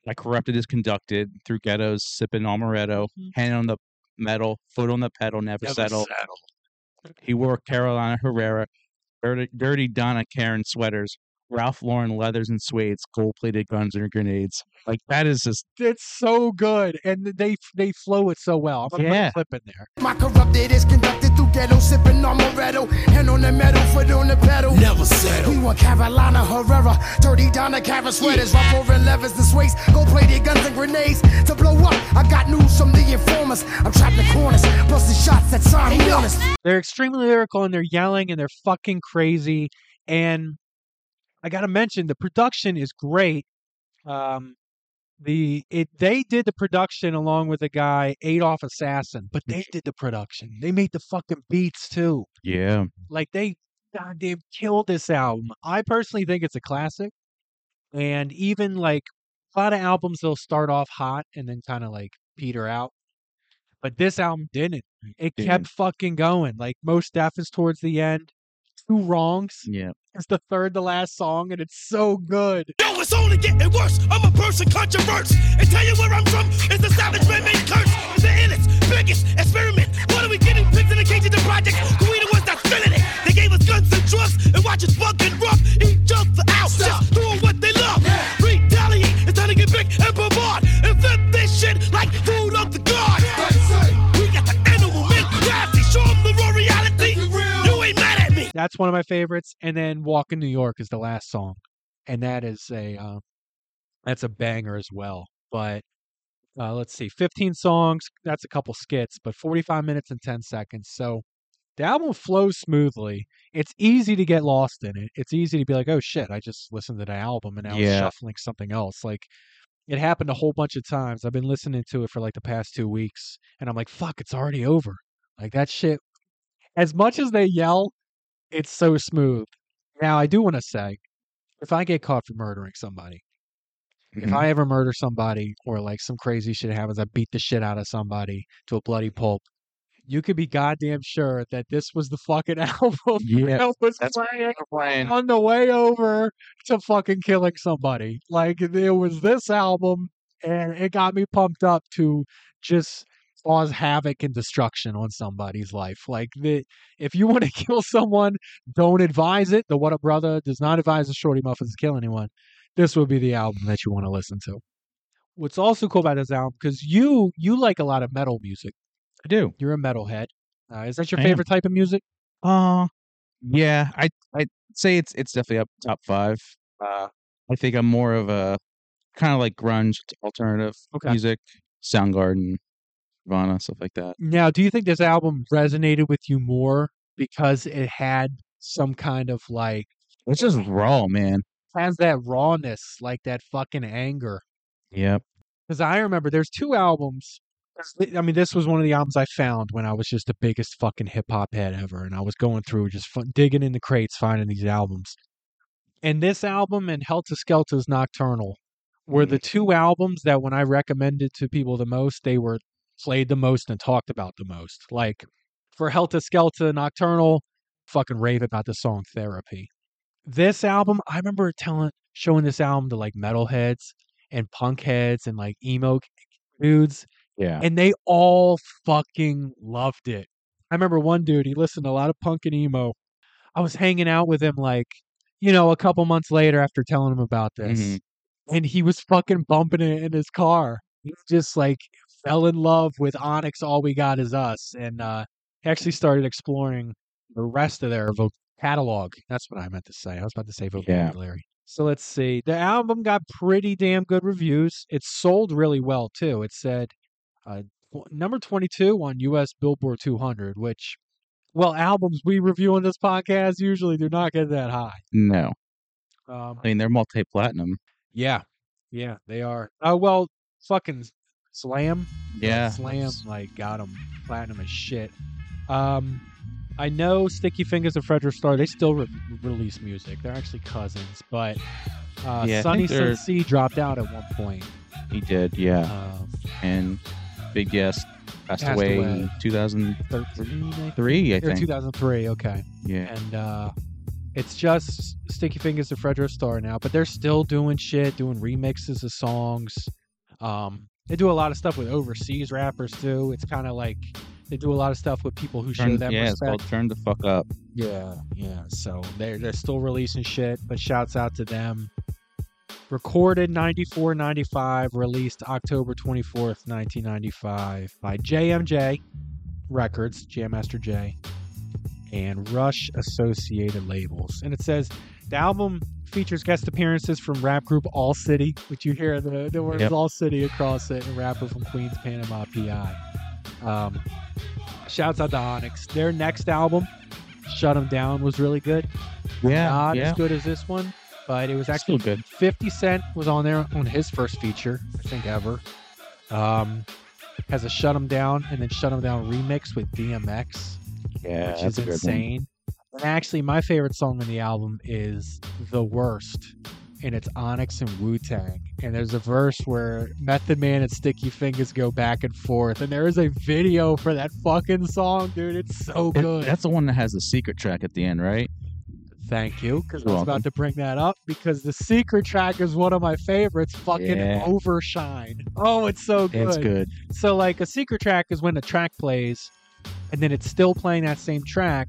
I corrupted is conducted through ghettos, sipping amaretto, hand on the metal, foot on the pedal, Mm-hmm. never, settle. He wore Carolina Herrera, dirty, dirty Donna Karen sweaters, Ralph Lauren leathers and suedes, gold plated guns and grenades. Like that is just It's so good, and they they flow it so well. I'm gonna Yeah. put a clip in there. My corrupted is conducted through ghetto, sipping on Moretto. Hand on the metal, foot on the pedal. Never settle. We want Carolina Herrera, dirty Donna Cara sweaters, yeah. rifle and levers and sways. Go play their guns and grenades to blow up. I got news from the informers. I'm trapped in corners, busting shots at Simon Warners. They're extremely lyrical and they're yelling and they're fucking crazy. And I gotta mention the production is great. Um, the it they did the production along with a guy Adolf Assassin, but they did the production. They made the fucking beats too. yeah. Like they goddamn killed this album. I personally think it's a classic. And even like a lot of albums, they'll start off hot and then kind of like peter out. But this album didn't. It kept didn't. fucking going. Like most Def is towards the end. Two wrongs Yeah. is the third to last song, and it's so good. Yo, it's only getting worse. I'm a person controverse. And tell you where I'm from is the establishment made curse. The illest, biggest experiment. What are we getting? Picked in the cage of the project. Who we the ones that's spilling it? They gave us guns and drugs and watch us fucking rough. Each other out, just doing what they love. Retaliate, it's time to get big and bombard. that's one of my favorites. And then Walk in New York is the last song, and that is a uh, that's a banger as well. But uh, let's see, 15 songs. That's a couple skits, but 45 minutes and 10 seconds. So the album flows smoothly. It's easy to get lost in it. It's easy to be like, oh shit, I just listened to the album and now it's Yeah. shuffling something else. Like it happened a whole bunch of times. I've been listening to it for like the past two weeks, and I'm like, fuck, it's already over. Like that shit. As much as they yell, it's so smooth. Now I do want to say, if I get caught for murdering somebody, if I ever murder somebody or like some crazy shit happens, I beat the shit out of somebody to a bloody pulp. You could be goddamn sure that this was the fucking album Yeah, that was that's what playing they're playing. on the way over to fucking killing somebody. Like it was this album, and it got me pumped up to just cause havoc and destruction on somebody's life. Like the if you want to kill someone, don't advise it. The What a Brother does not advise the Shorty Muffins to kill anyone. This would be the album that you want to listen to. What's also cool about this album because you you like a lot of metal music. I do. You're a metalhead. Uh, is that your I am. favorite type of music? Uh yeah, I I'd say it's it's definitely up top five. Uh I think I'm more of a kind of like grunge alternative Okay. music, Soundgarden, Nirvana, stuff like that. Now, do you think this album resonated with you more because it had some kind of like It's just raw, man. has that rawness, like that fucking anger? Yep. Because I remember there's two albums. 'cause th- I mean, this was one of the albums I found when I was just the biggest fucking hip hop head ever, and I was going through just fu- digging in the crates, finding these albums. And this album and Helter Skelter's Nocturnal were the two albums that when I recommended to people the most, they were played the most and talked about the most. Like for Helter Skelter Nocturnal, fucking rave about the song Therapy. This album, I remember telling showing this album to like metalheads and punk heads and like emo dudes, Yeah. and they all fucking loved it. I remember one dude, he listened to a lot of punk and emo. I was hanging out with him like, you know, a couple months later after telling him about this. Mhm. And he was fucking bumping it in his car. He just like fell in love with Onyx All We Got Is Us and uh he actually started exploring the rest of their voc catalog. That's what I meant to say. I was about to say vocabulary. So let's see. The album got pretty damn good reviews. It sold really well too. It said uh, tw- number 22 on US Billboard 200, which, well, albums we review on this podcast usually do not get that high. No. Um, I mean they're multi platinum. yeah, yeah, they are. Oh well, fucking Slam. Yeah, Slam like got them platinum as shit. Um, I know Sticky Fingers and Frederick Starr. They still re- release music. They're actually cousins, but uh, Yeah, I Sunny think they're- Sun C dropped out at one point. He did, yeah. Um, and Big Yes passed, passed away, away. in 2003, 13, I I Or think. 2003. Okay. Yeah. and uh, it's just Sticky Fingers and Fredro Star now, but they're still doing shit, doing remixes of songs. Um, they do a lot of stuff with overseas rappers too. It's kind of like they do a lot of stuff with people who show Turn, them yeah, it's respect. called Turn the Fuck Up. Yeah, yeah. So they're they're still releasing shit, but shouts out to them. Recorded 94 95, released October 24th, 1995 by JMJ Records, Jam Master J, and Rush Associated Labels. And it says the album features guest appearances from rap group All City, which you hear the, the words Yep. All City across it, and rapper from Queens, Panama PI. Um, shouts out to Onyx. Their next album, Shut 'Em Down, was really good. Yeah, Not yeah. as good as this one, but it was actually Still good. 50 Cent was on there on his first feature, I think ever. Um, has a Shut 'Em Down and then Shut 'Em Down remix with DMX, Yeah, which is that's a good one. insane. And actually, my favorite song on the album is The Worst, and it's Onyx and Wu Tang. And there's a verse where Method Man and Sticky Fingers go back and forth, and there is a video for that fucking song, dude. It's so It- good. that's the one that has the secret track at the end, right? Thank you, because I You're was about welcome. to bring that up because the secret track is one of my favorites. Fucking Yeah. overshine. Oh, it's so good. It's good. So like a secret track is when a track plays, and then it's still playing that same track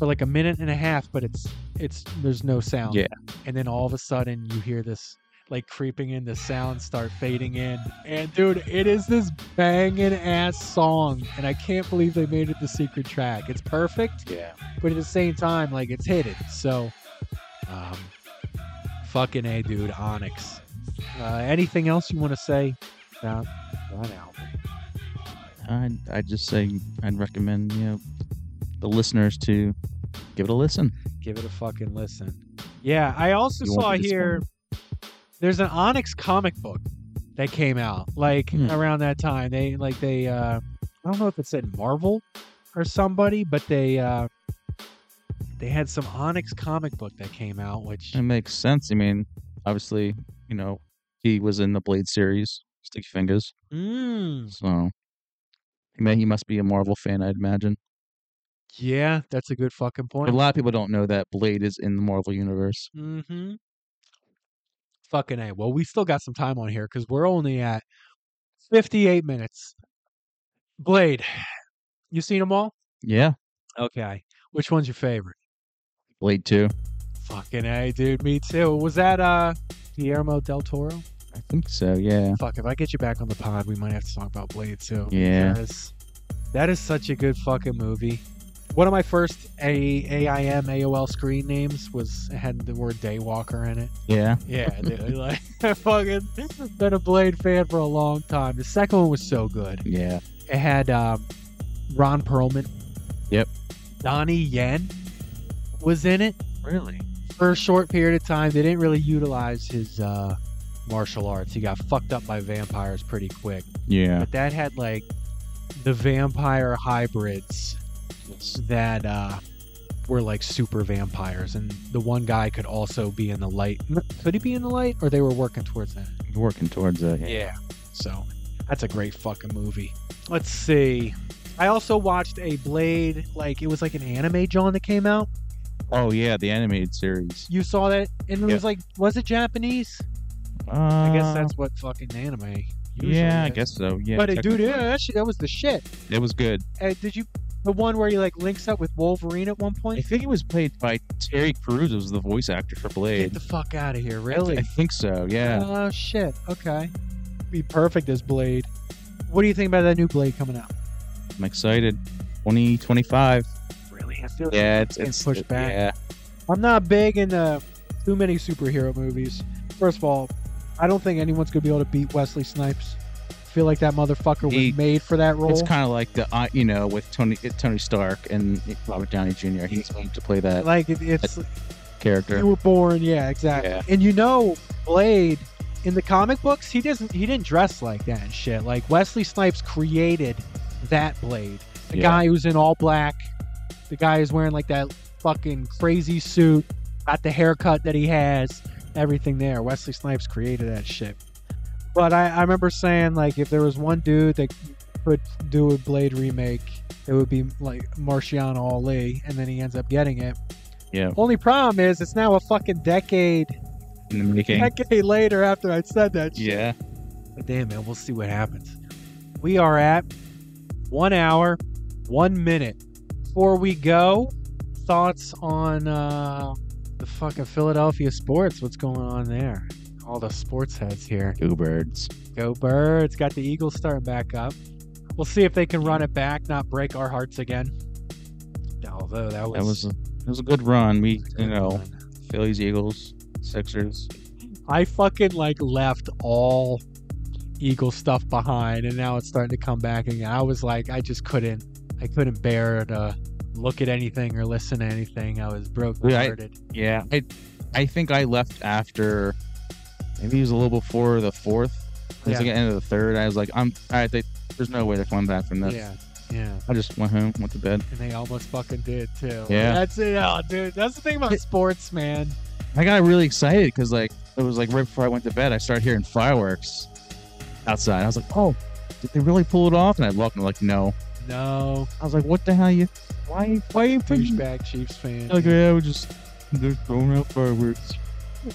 for like a minute and a half, but it's it's there's no sound. Yeah. And then all of a sudden you hear this. like creeping in, the sounds start fading in. And dude, it is this banging ass song. And I can't believe they made it the secret track. It's perfect. Yeah. But at the same time, like it's hidden. So um fucking A dude, Onyx. Uh, anything else you want to say about that album? I'd, I'd just say I'd recommend you know the listeners to give it a listen. Give it a fucking listen. Yeah, I also You won't saw be here there's an Onyx comic book that came out like around that time. They like they uh I don't know if it said Marvel or somebody, but they uh they had some Onyx comic book that came out which It makes sense. I mean, obviously, you know, he was in the Blade series, Sticky Fingers, mm, so he may he must be a Marvel fan, I'd imagine. yeah, that's a good fucking But point. a lot of people don't know that Blade is in the Marvel universe. Mm-hmm. Fucking A. Well, we still got some time on here because we're only at 58 minutes. Blade, you seen them all? Yeah, Okay. Which one's your favorite? Blade Two. Fucking A, dude. Me too. Was that uh Guillermo del Toro? I think so. Yeah. Fuck, if I get you back on the pod, we might have to talk about Blade too. Yeah. That is, that is such a good fucking movie. One of my first A- AIM AOL screen names was had the word Daywalker in it. Yeah. Yeah, dude. Like, I fucking been a Blade fan for a long time. The second one was so good. Yeah. It had um, Ron Perlman. Yep. Donnie Yen was in it Really? for a short period of time. They didn't really utilize his uh, martial arts. He got fucked up by vampires pretty quick. Yeah. But that had like the vampire hybrids that uh, were like super vampires, and the one guy could also be in the light. Could he be in the light, or they were working towards that? Working towards that. Yeah. Yeah. So that's a great fucking movie. Let's see. I also watched a Blade, like it was like an anime John that came out. Oh yeah, the animated series. You saw that, and it Yeah. was like, was it Japanese? Uh, I guess that's what fucking anime. Usually Yeah, I is. guess so. Yeah. but it, dude, technically. yeah, that, shit, that was the shit. it was good. Uh, did you the one where he like links up with Wolverine at one I point? think it was played by Terry Crews, was the voice actor for Get Blade. the fuck out of here, I really? think so. Yeah. Oh shit. Okay. Be perfect as Blade. What do you think about that new Blade coming out? I'm excited. 2025. Really? I feel Yeah, it's, Getting it's pushed it- back. Yeah, I'm not big into too many superhero movies. First of all, I don't think anyone's gonna be able to beat Wesley Snipes. I feel like that motherfucker He- was made for that role. it's kind of like the uh, you know with Tony Tony Stark and Robert Downey Jr. He's going to play that like it, it's character. you were born, yeah, exactly. Yeah. And you know, Blade in the comic books, he doesn't he didn't dress like that and shit. Like Wesley Snipes created that Blade, the Yeah. guy who's in all black, the guy who's wearing like that fucking crazy suit, got the haircut that he has, everything there. Wesley Snipes created that shit. But I, I remember saying like if there was one dude that could do a Blade remake, it would be like Marciano Ali, and then he ends up getting it. Yeah, Only problem is it's now a fucking decade in the making. decade later after I said that shit. Yeah, But damn man, we'll see what happens. We are at one hour, one minute. Before we go, thoughts on uh the fucking Philadelphia sports, what's going on there? All the sports heads here. two birds. Go birds, got the Eagles starting back up. We'll see if they can run it back, not break our hearts again. Although that was, That was a, it was a good run. We you know Phillies, Eagles, Sixers. I fucking like left all Eagle stuff behind, and now it's starting to come back again. I was like, I just couldn't, I couldn't bear to look at anything or listen to anything. I was broke Dude, I- hearted. Yeah, I I think I left after maybe it was a little before the fourth. It was Yeah. like at the end of the third. I was like, I'm all right. They, there's no way they're coming back from this. Yeah, yeah, I just went home, went to bed. and they almost fucking did too. Yeah. that's it. Oh, dude, that's the thing about sports, man. I got really excited because like it was like right before I went to bed, I started hearing fireworks outside. I was like, oh, did they really pull it off? And I looked and I'm like, no. No, I was like, what the hell? You why why you pushing? douchebag Chiefs fan. Like yeah, we're just they're throwing out fireworks.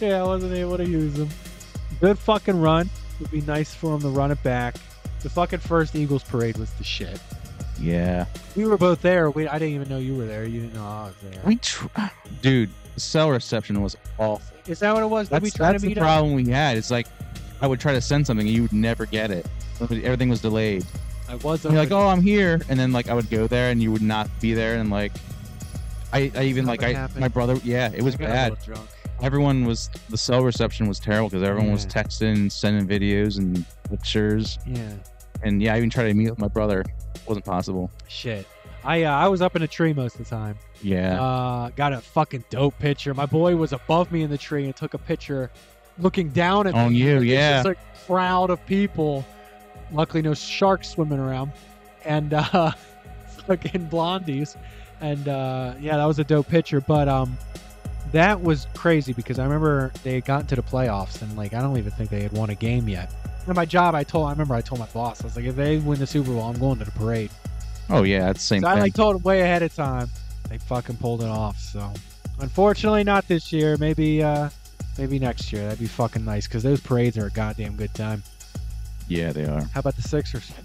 Yeah, I wasn't able to use them. Good fucking run. It'd be nice for them to run it back. The fucking first Eagles parade was the shit. Yeah, We were both there. We, I didn't even know you were there. You didn't know I was there. we tr- ah, dude. cell reception was awful. Is that what it was? Did That's, we try to that's the meet up? problem we had. It's like I would try to send something and you would never get it. Everything was delayed. I was And you're over like, oh, I'm here, and then like I would go there, and you would not be there, and like, I, I even like I my brother, yeah, it was I got a bad. little drunk. Everyone was the cell reception was terrible because everyone was Yeah. texting, and sending videos and pictures, Yeah. and yeah, I even tried to meet with my brother, wasn't possible. Shit. I uh, I was up in a tree most of the time. Yeah. Uh, got a fucking dope picture. My boy was above me in the tree and took a picture, looking down at On me. you, It's yeah. Just a crowd of people. Luckily, no sharks swimming around, and uh, fucking blondies, and uh, yeah, that was a dope picture. But um, that was crazy because I remember they had gotten to the playoffs and like I don't even think they had won a game yet. And my job, I told I remember I told my boss I was like, if they win the Super Bowl, I'm going to the parade. Oh yeah, it's the same So I thing. like told them way ahead of time. They fucking pulled it off. So unfortunately, not this year. Maybe uh maybe next year. That'd be fucking nice because those parades are a goddamn good time. yeah, they are. How about the Sixers?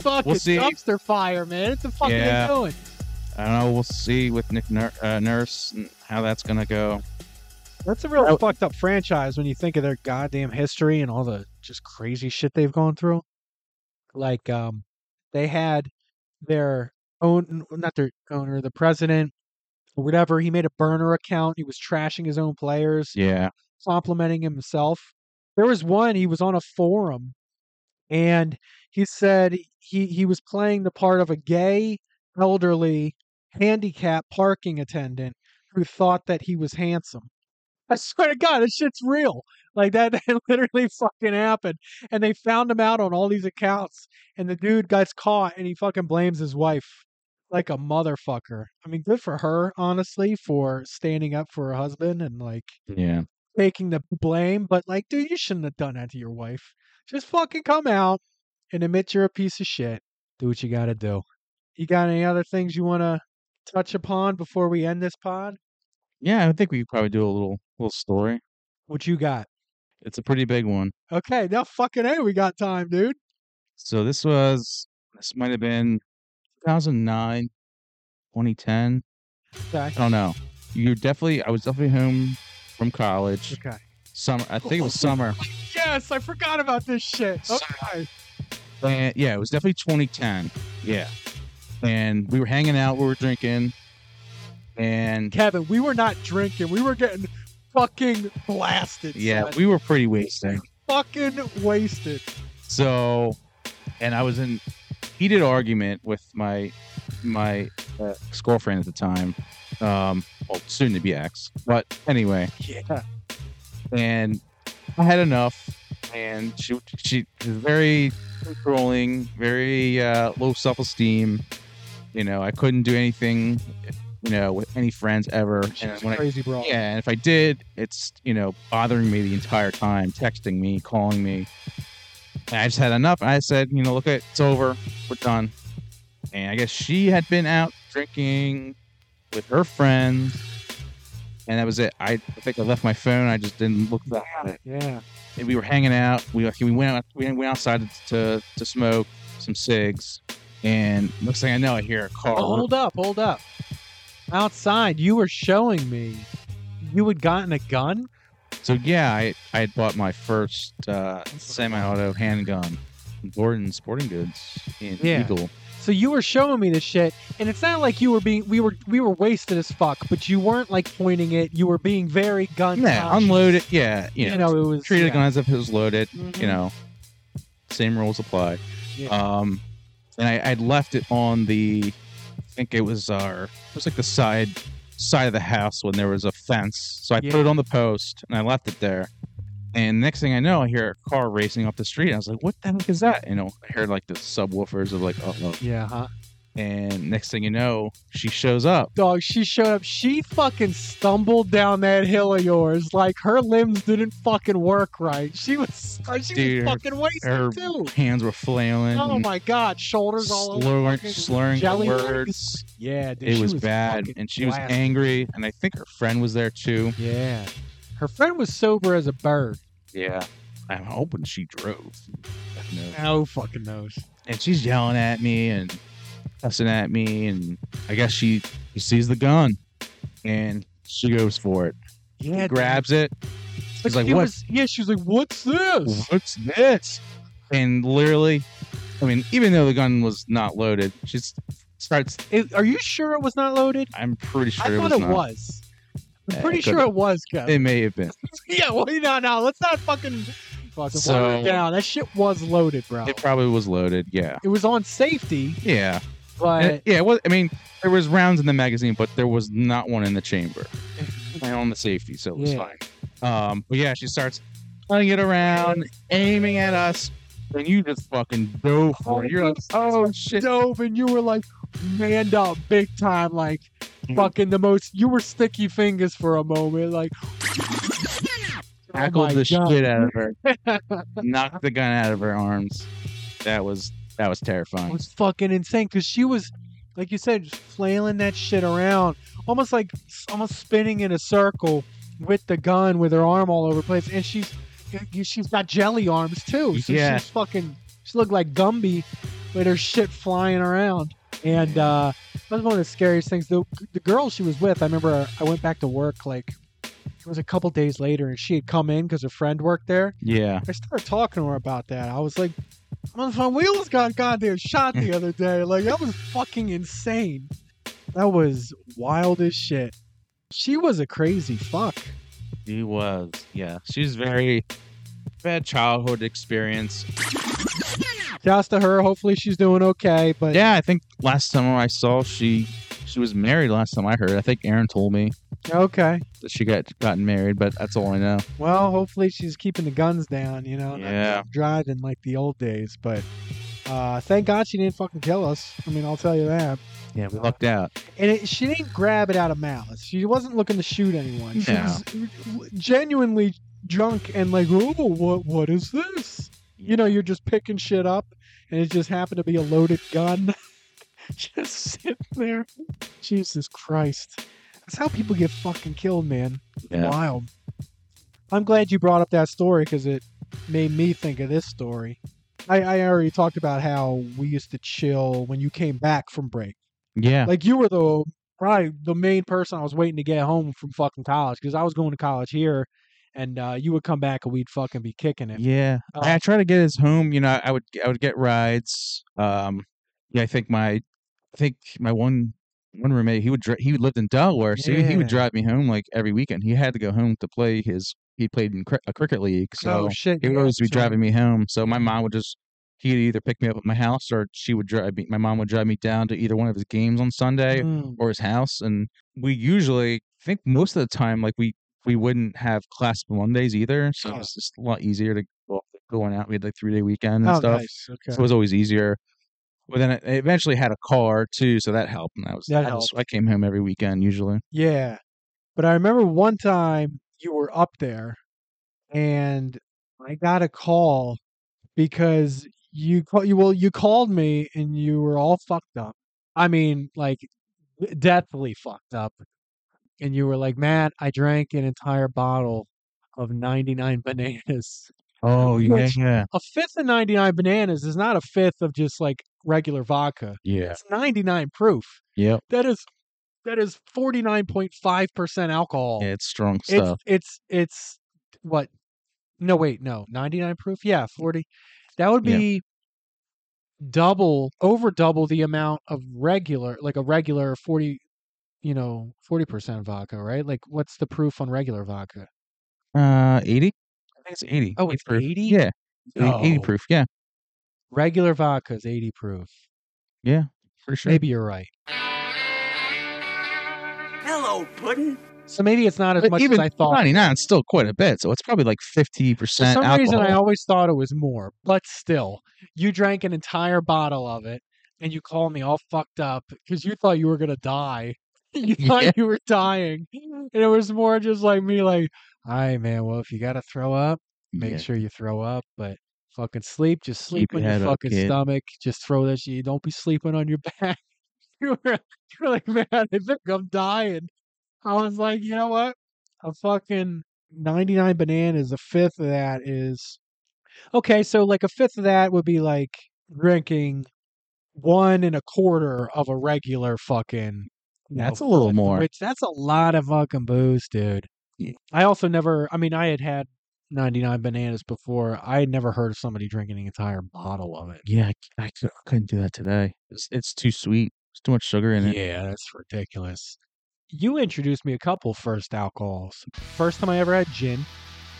fucking see. dumpster fire, man. What the fuck Yeah. are they doing? I don't know. We'll see with Nick Nur- uh, Nurse and how that's gonna go. That's a real fucked up franchise when you think of their goddamn history and all the just crazy shit they've gone through. Like, um, they had their own, not their owner, the president, or whatever. He made a burner account. He was trashing his own players, Yeah. complimenting himself. There was one, he was on a forum and he said he, he was playing the part of a gay, elderly, handicapped parking attendant who thought that he was handsome. I swear to God, this shit's real. Like that, that literally fucking happened. And they found him out on all these accounts. And the dude gets caught and he fucking blames his wife like a motherfucker. I mean, good for her, honestly, for standing up for her husband and like Yeah. taking the blame. But like, dude, you shouldn't have done that to your wife. Just fucking come out and admit you're a piece of shit. Do what you gotta do. You got any other things you want to touch upon before we end this pod? Yeah, I think we could probably do a little little story. What you got? It's a pretty big one. Okay, now fucking hey, we got time, dude. So this was this might have been 2009, 2010. Okay. I don't know. You definitely I was definitely home from college. Okay. Summer. I think it was summer. Yes, I forgot about this shit. Okay. And yeah, it was definitely 2010. Yeah. And we were hanging out, we were drinking, and Kevin, we were not drinking. We were getting fucking blasted. yeah, son. we were pretty wasted. fucking wasted. So, and I was in heated argument with my my uh, ex girlfriend at the time, um, well, soon to be ex. But anyway, Yeah. and I had enough. And she she was very controlling, very uh, low self esteem. You know, I couldn't do anything, you know, with any friends ever. and She's when I- crazy, bro. yeah, and if I did, it's you know bothering me the entire time, texting me, calling me. And I just had enough. I said, you know, look, it, it's over. We're done. And I guess she had been out drinking with her friends, and that was it. I, I think I left my phone. I just didn't look back at it. Yeah. And we were hanging out. We like, we went out, we went outside to to smoke some cigs, and next thing I know, I hear a car. Oh, hold up, hold up. Outside, you were showing me you had gotten a gun. So yeah, I I had bought my first uh, semi-auto handgun, from Gordon Sporting Goods in Yeah. Eagle. So you were showing me this shit, and it's not like you were being we were we were wasted as fuck, but you weren't like pointing it. You were being very gun. Yeah, conscious. unload it. Yeah, you know, You know, it was- treat a yeah. gun as if it was loaded. Mhm. You know, same rules apply. Yeah. Um, and I I'd left it on the, I think it was our it was like the side side of the house when there was a fence. So I Yeah. put it on the post and I left it there. And next thing I know, I hear a car racing up the street. I was like, "What the heck is that?" You know, I heard like the subwoofers of like, "Oh." oh. Yeah, huh? And next thing you know, she shows up. Dog, she showed up. She fucking stumbled down that hill of yours. Like her limbs didn't fucking work right. She was uh, she was Dude, her- fucking wasted Her too. hands were flailing. Oh my god, shoulders all over. slurring, fucking slurring the jelly words. Yeah, dude, it she was, was bad, fucking and she was blasted. angry. And I think her friend was there too. Yeah, her friend was sober as a bird. Yeah, I'm hoping she drove. You know. No fucking knows. And she's yelling at me and cussing at me, and I guess she, she sees the gun. and she goes for it. Yeah, he grabs it. He's like, she "What? was- yeah, she's like, what's this? What's this?" And literally, I mean, even though the gun was not loaded, she s- starts. are you sure it was not loaded? I'm pretty sure I it thought it was. not. was. I'm Yeah, pretty it sure could've- it was, Kevin. It may have been. yeah, well, no, no, let's not fucking fucking water So- it down. That shit was loaded, bro. It probably was loaded. Yeah. It was on safety, Yeah. And but it- yeah, it was, I mean, there was rounds in the magazine, but there was not one in the chamber and on the safety, so it was Yeah. fine. Um, but yeah, she starts playing it around, aiming at us, and you just fucking dove for it. You're like, oh shit, dove, and you were like manned up big time, like Mm-hmm. fucking the most. You were sticky fingers for a moment, like oh tackled my the God. shit out of her, knocked the gun out of her arms. That was that was terrifying. was fucking insane because she was, like you said, just flailing that shit around, almost like almost spinning in a circle with the gun with her arm all over the place, and she's she's got jelly arms too, so Yeah. she's fucking she looked like Gumby with her shit flying around, and uh, that was one of the scariest things. The the girl she was with, I remember I went back to work like. It was a couple days later, and she had come in because her friend worked there. Yeah, I started talking to her about that. I was like, "Motherfucker, we almost got goddamn shot the other day. Like that was fucking insane. That was wild as shit. She was a crazy fuck. she was. Yeah, she's very bad childhood experience. Shouts to her. Hopefully she's doing okay. But Yeah, I think last summer I saw she she was married. Last time I heard, I think Aaron told me okay. that she got gotten married, but that's all I know. Well, hopefully she's keeping the guns down. You know, not Yeah. driving like the old days. But uh, thank God she didn't fucking kill us. I mean, I'll tell you that. Yeah, we lucked out. And it, she didn't grab it out of malice. She wasn't looking to shoot anyone. She No. was genuinely drunk and like, oh, what, what is this? You know, you're just picking shit up, and it just happened to be a loaded gun. just sitting there. Jesus Christ. That's how people get fucking killed, man. It's Yeah. Wild. I'm glad you brought up that story because it made me think of this story. I, I already talked about how we used to chill when you came back from break. Yeah. Like you were the probably the main person I was waiting to get home from fucking college because I was going to college here, and uh, you would come back and we'd fucking be kicking it. Yeah, I, I try to get his home. You know, I- I would I would get rides. Um, yeah, I think my I think my one one roommate he would dri- he lived in Delaware, so he, he would Yeah. drive me home like every weekend. He had to go home to play his he played in cr- a cricket league, so Oh, shit, he would yeah, always be so- driving me home. So my mom would just he'd either pick me up at my house or she would drive me. My mom would drive me down to either one of his games on Sunday Mm. or his house, and we usually I think most of the time like we we wouldn't have class Mondays either, so it was just a lot easier to go off- going out. We had like three day weekend and Oh, stuff, nice. so it Okay. was always easier. But then I I eventually had a car too, so that helped, and that was That I, just- I came home every weekend usually. Yeah. But I remember one time you were up there and I got a call because you call you well you called me and you were all fucked up. I mean like deathly fucked up. And you were like, "Matt, I drank an entire bottle of 99 bananas." Oh Which- yeah, A fifth of 99 bananas is not a fifth of just like regular vodka. yeah, It's 99 proof. yep. That is that is 49.5% alcohol. Yeah, it's strong stuff. Oh, It's it's it's what? No, wait, no, ninety nine proof. Yeah, forty. That would Yeah. be double, over double the amount of regular, like a regular forty, you know, forty percent vodka, right? Like, what's the proof on regular vodka? Uh, eighty. I think it's eighty. Oh. Oh, it's proof. 80? Yeah, eight- eighty No. proof. Yeah, Regular vodka is eighty proof. yeah, for sure. Maybe you're right. Hello, Puddin'. So maybe it's not as But much even as I thought. ninety nine, still quite a bit. So it's probably like fifty For percent some alcohol. reason, I always thought it was more, but still, you drank an entire bottle of it, and you called me all fucked up because you thought you were gonna die. You thought Yeah. you were dying, and it was more just like me, like, "All right, man. Well, if you gotta throw up, make Yeah. sure you throw up, but fucking sleep. Just sleep your on your head up, fucking kid." stomach. Just throw that shit. Don't be sleeping on your back." you were, you were like, "Man, I think I'm dying." I was like, "You know what? A fucking 99 bananas, a fifth of that is okay. So, like, a fifth of that would be like drinking one and a quarter of a regular fucking That's a little more. Which that's a lot of fucking booze, dude. I also never. I mean, I had had ninety nine bananas before. I had never heard of somebody drinking an entire bottle of it. Yeah, I, c- I c- I couldn't do that today. It's, it's too sweet. There's too much sugar in it. Yeah, that's ridiculous. You introduced me a couple first alcohols. First time I ever had gin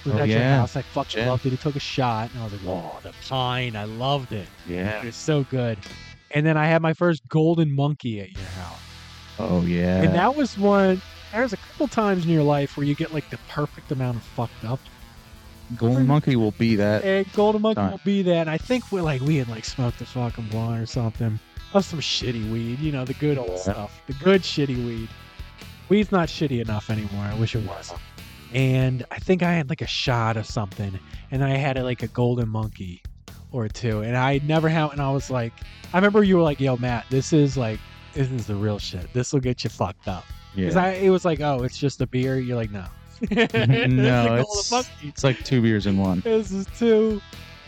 was Oh, at your yeah. house. I fucking Gin. loved it. It took a shot, and I was like, "Whoa, the pine! I loved it. Yeah. It was so good." And then I had my first golden monkey at your house. Oh yeah. And that was one. There's a couple times in your life where you get like the perfect amount of fucked up. Golden Monkey will be that. And Golden Monkey Alright. will be that. And I think we like we had like smoked a fucking blunt or something of some shitty weed. You know the good old stuff, the good shitty weed. Weed's not shitty enough anymore. I wish it was. And I think I had like a shot of something, and I had like a Golden Monkey or two, and I never had. And I was like, I remember you were like, "Yo, Matt, this is like this is the real shit. This will get you fucked up." Because Yeah. I it was like, "Oh, it's just a beer." You're like, "No." no, Golden it's, it's like two beers in one. This is two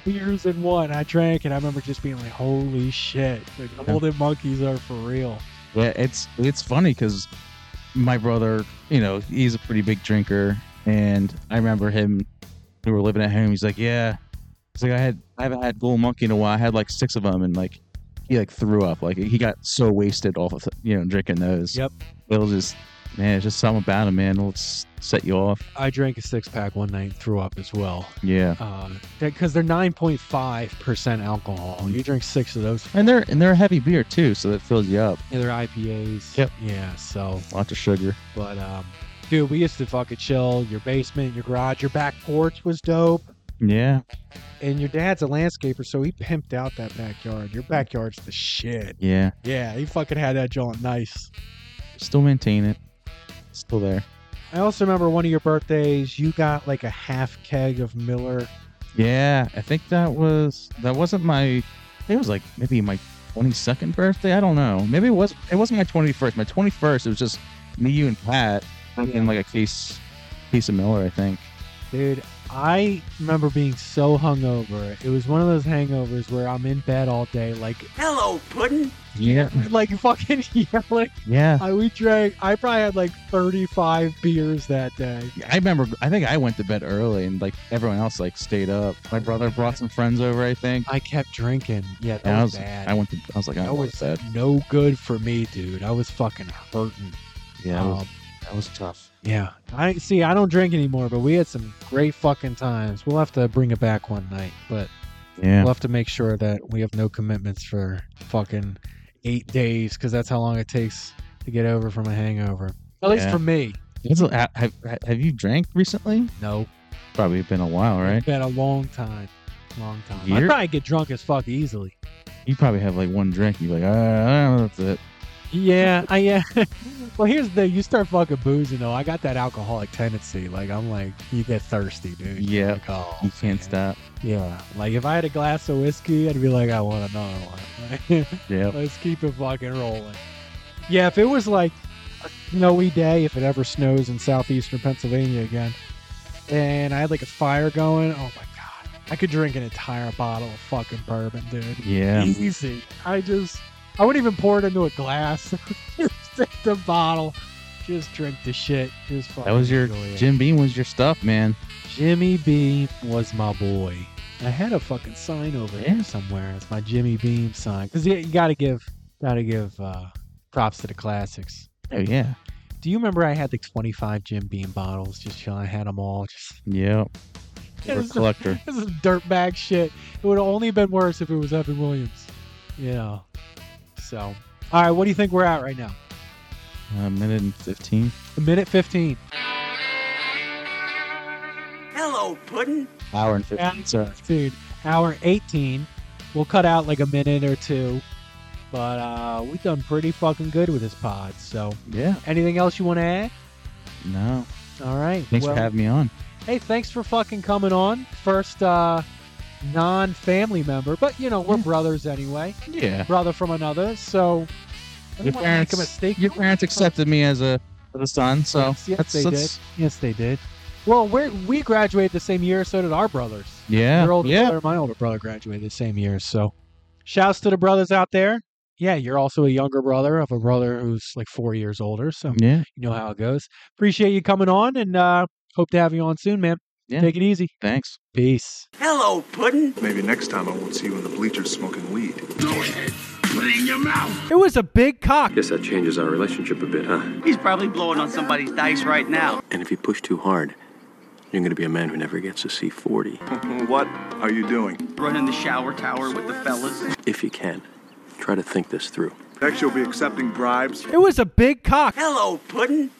beers in one. I drank and I remember just being like, holy shit, the golden monkeys are for real. Yeah, it's it's funny because my brother, you know, he's a pretty big drinker, and I remember him. We were living at home. He's like, "Yeah," he's like, "I had I haven't had Golden Monkey in a while. I had like six of them, and like he like threw up. Like he got so wasted off of you know drinking those. Yep. It'll just man, it's just something about him, man. It'll s- set you off. I drank a six pack one night and threw up as well. Yeah. Because they're 9.5% alcohol. Mm. You drink six of those, And they're and they're a heavy beer too, so that fills you up. they're IPAs. Yep. Yeah, so. Lots of sugar. But, um, dude, we used to fucking chill. Your basement, your garage, your back porch was dope. Yeah. And your dad's a landscaper, so he pimped out that backyard. Your backyard's the shit. Yeah. Yeah, he fucking had that joint nice. Still maintain it. Still there. I also remember one of your birthdays, you got like a half keg of Miller. Yeah, I think that was that wasn't my. I think it was like maybe my twenty second birthday. I don't know. Maybe it was. It wasn't my twenty first. My twenty first. It was just me, you, and Pat drinking like a case piece of Miller. I think. Dude, I remember being so hungover. It was one of those hangovers where I'm in bed all day, like Hello, Puddin'. Yeah. like fucking yelling. Yeah. I we drank I probably had like thirty five beers that day. I remember. I think I went to bed early, and like everyone else, like stayed up. My brother brought some friends over. I think. I kept drinking. Yeah, that And I was was. bad. I went to. I was like, I That was was bed. no good for me, dude. I was fucking hurting. Yeah. That was, Um, that was tough. Yeah. I see I don't drink anymore, but we had some great fucking times. We'll have to bring it back one night, but Yeah. We'll have to make sure that we have no commitments for fucking eight days because that's how long it takes to get over from a hangover. At least Yeah. for me. It's a- have, have you drank recently? No. Probably been a while, right? It's been a long time. Long time. I Year? probably get drunk as fuck easily. You probably have like one drink. You're like, ah, that's it. Yeah, I yeah. well, here's the thing. You start fucking boozing, though. I got that alcoholic tendency. Like, I'm like, you get thirsty, dude. Yeah. Like, oh, You can't stop. yeah. Like, if I had a glass of whiskey, I'd be like, I want another one. Yeah. Let's keep it fucking rolling. Yeah, if it was like a snowy day, if it ever snows in southeastern Pennsylvania again, and I had like a fire going, oh my god, I could drink an entire bottle of fucking bourbon, dude. Yeah. Easy. I just, I wouldn't even pour it into a glass. just take the bottle, just drink the shit. Just fucking That was your enjoy it. Jim Beam was your stuff, man. Jimmy Beam was my boy. I had a fucking sign over here somewhere. It's my Jimmy Beam sign. Cause you, you gotta give, gotta give uh, props to the classics. Oh yeah. Do you remember I had like 25 Jim Beam bottles just chilling? I had them all. Just Yep. We're a This is- collector. this is dirtbag shit. It would have only been worse if it was Evan Williams. You know. So, all right, what do you think we're at right now? A minute and fifteen. A minute 15. Hello, Puddin'. Hour and fifteen. Sorry. 15, hour 18. We'll cut out like a minute or two. But uh, we've done pretty fucking good with this pod. So, Yeah. anything else you want to add? No. All right. Thanks well- for having me on. Hey, thanks for fucking coming on. First uh, non family member, but you know, we're brothers anyway. Yeah. Brother from another. So, I Your didn't wanna make parents. a mistake. Your parents accepted me as a as a son, so Yes, yes, that's, they that's did. Yes, they did. Well, we're, we graduated the same year, so did our brothers. yeah. Your older yeah. brother, my older brother graduated the same year. So, shouts to the brothers out there. yeah, you're also a younger brother of a brother who's like four years older. So Yeah. you know how it goes. Appreciate you coming on and uh, hope to have you on soon, man. Take it easy. Thanks. Peace. Hello, Puddin'. Maybe next time I won't see you in the bleachers smoking weed. Do it. Put it in your mouth. It was a big cock. Guess that changes our relationship a bit, huh? He's probably blowing on somebody's dice right now. And if you push too hard, you're going to be a man who never gets to see 40. what are you doing? Running the shower tower with the fellas. If you can, try to think this through. Next, you'll be accepting bribes. It was a big cock. Hello, Puddin'.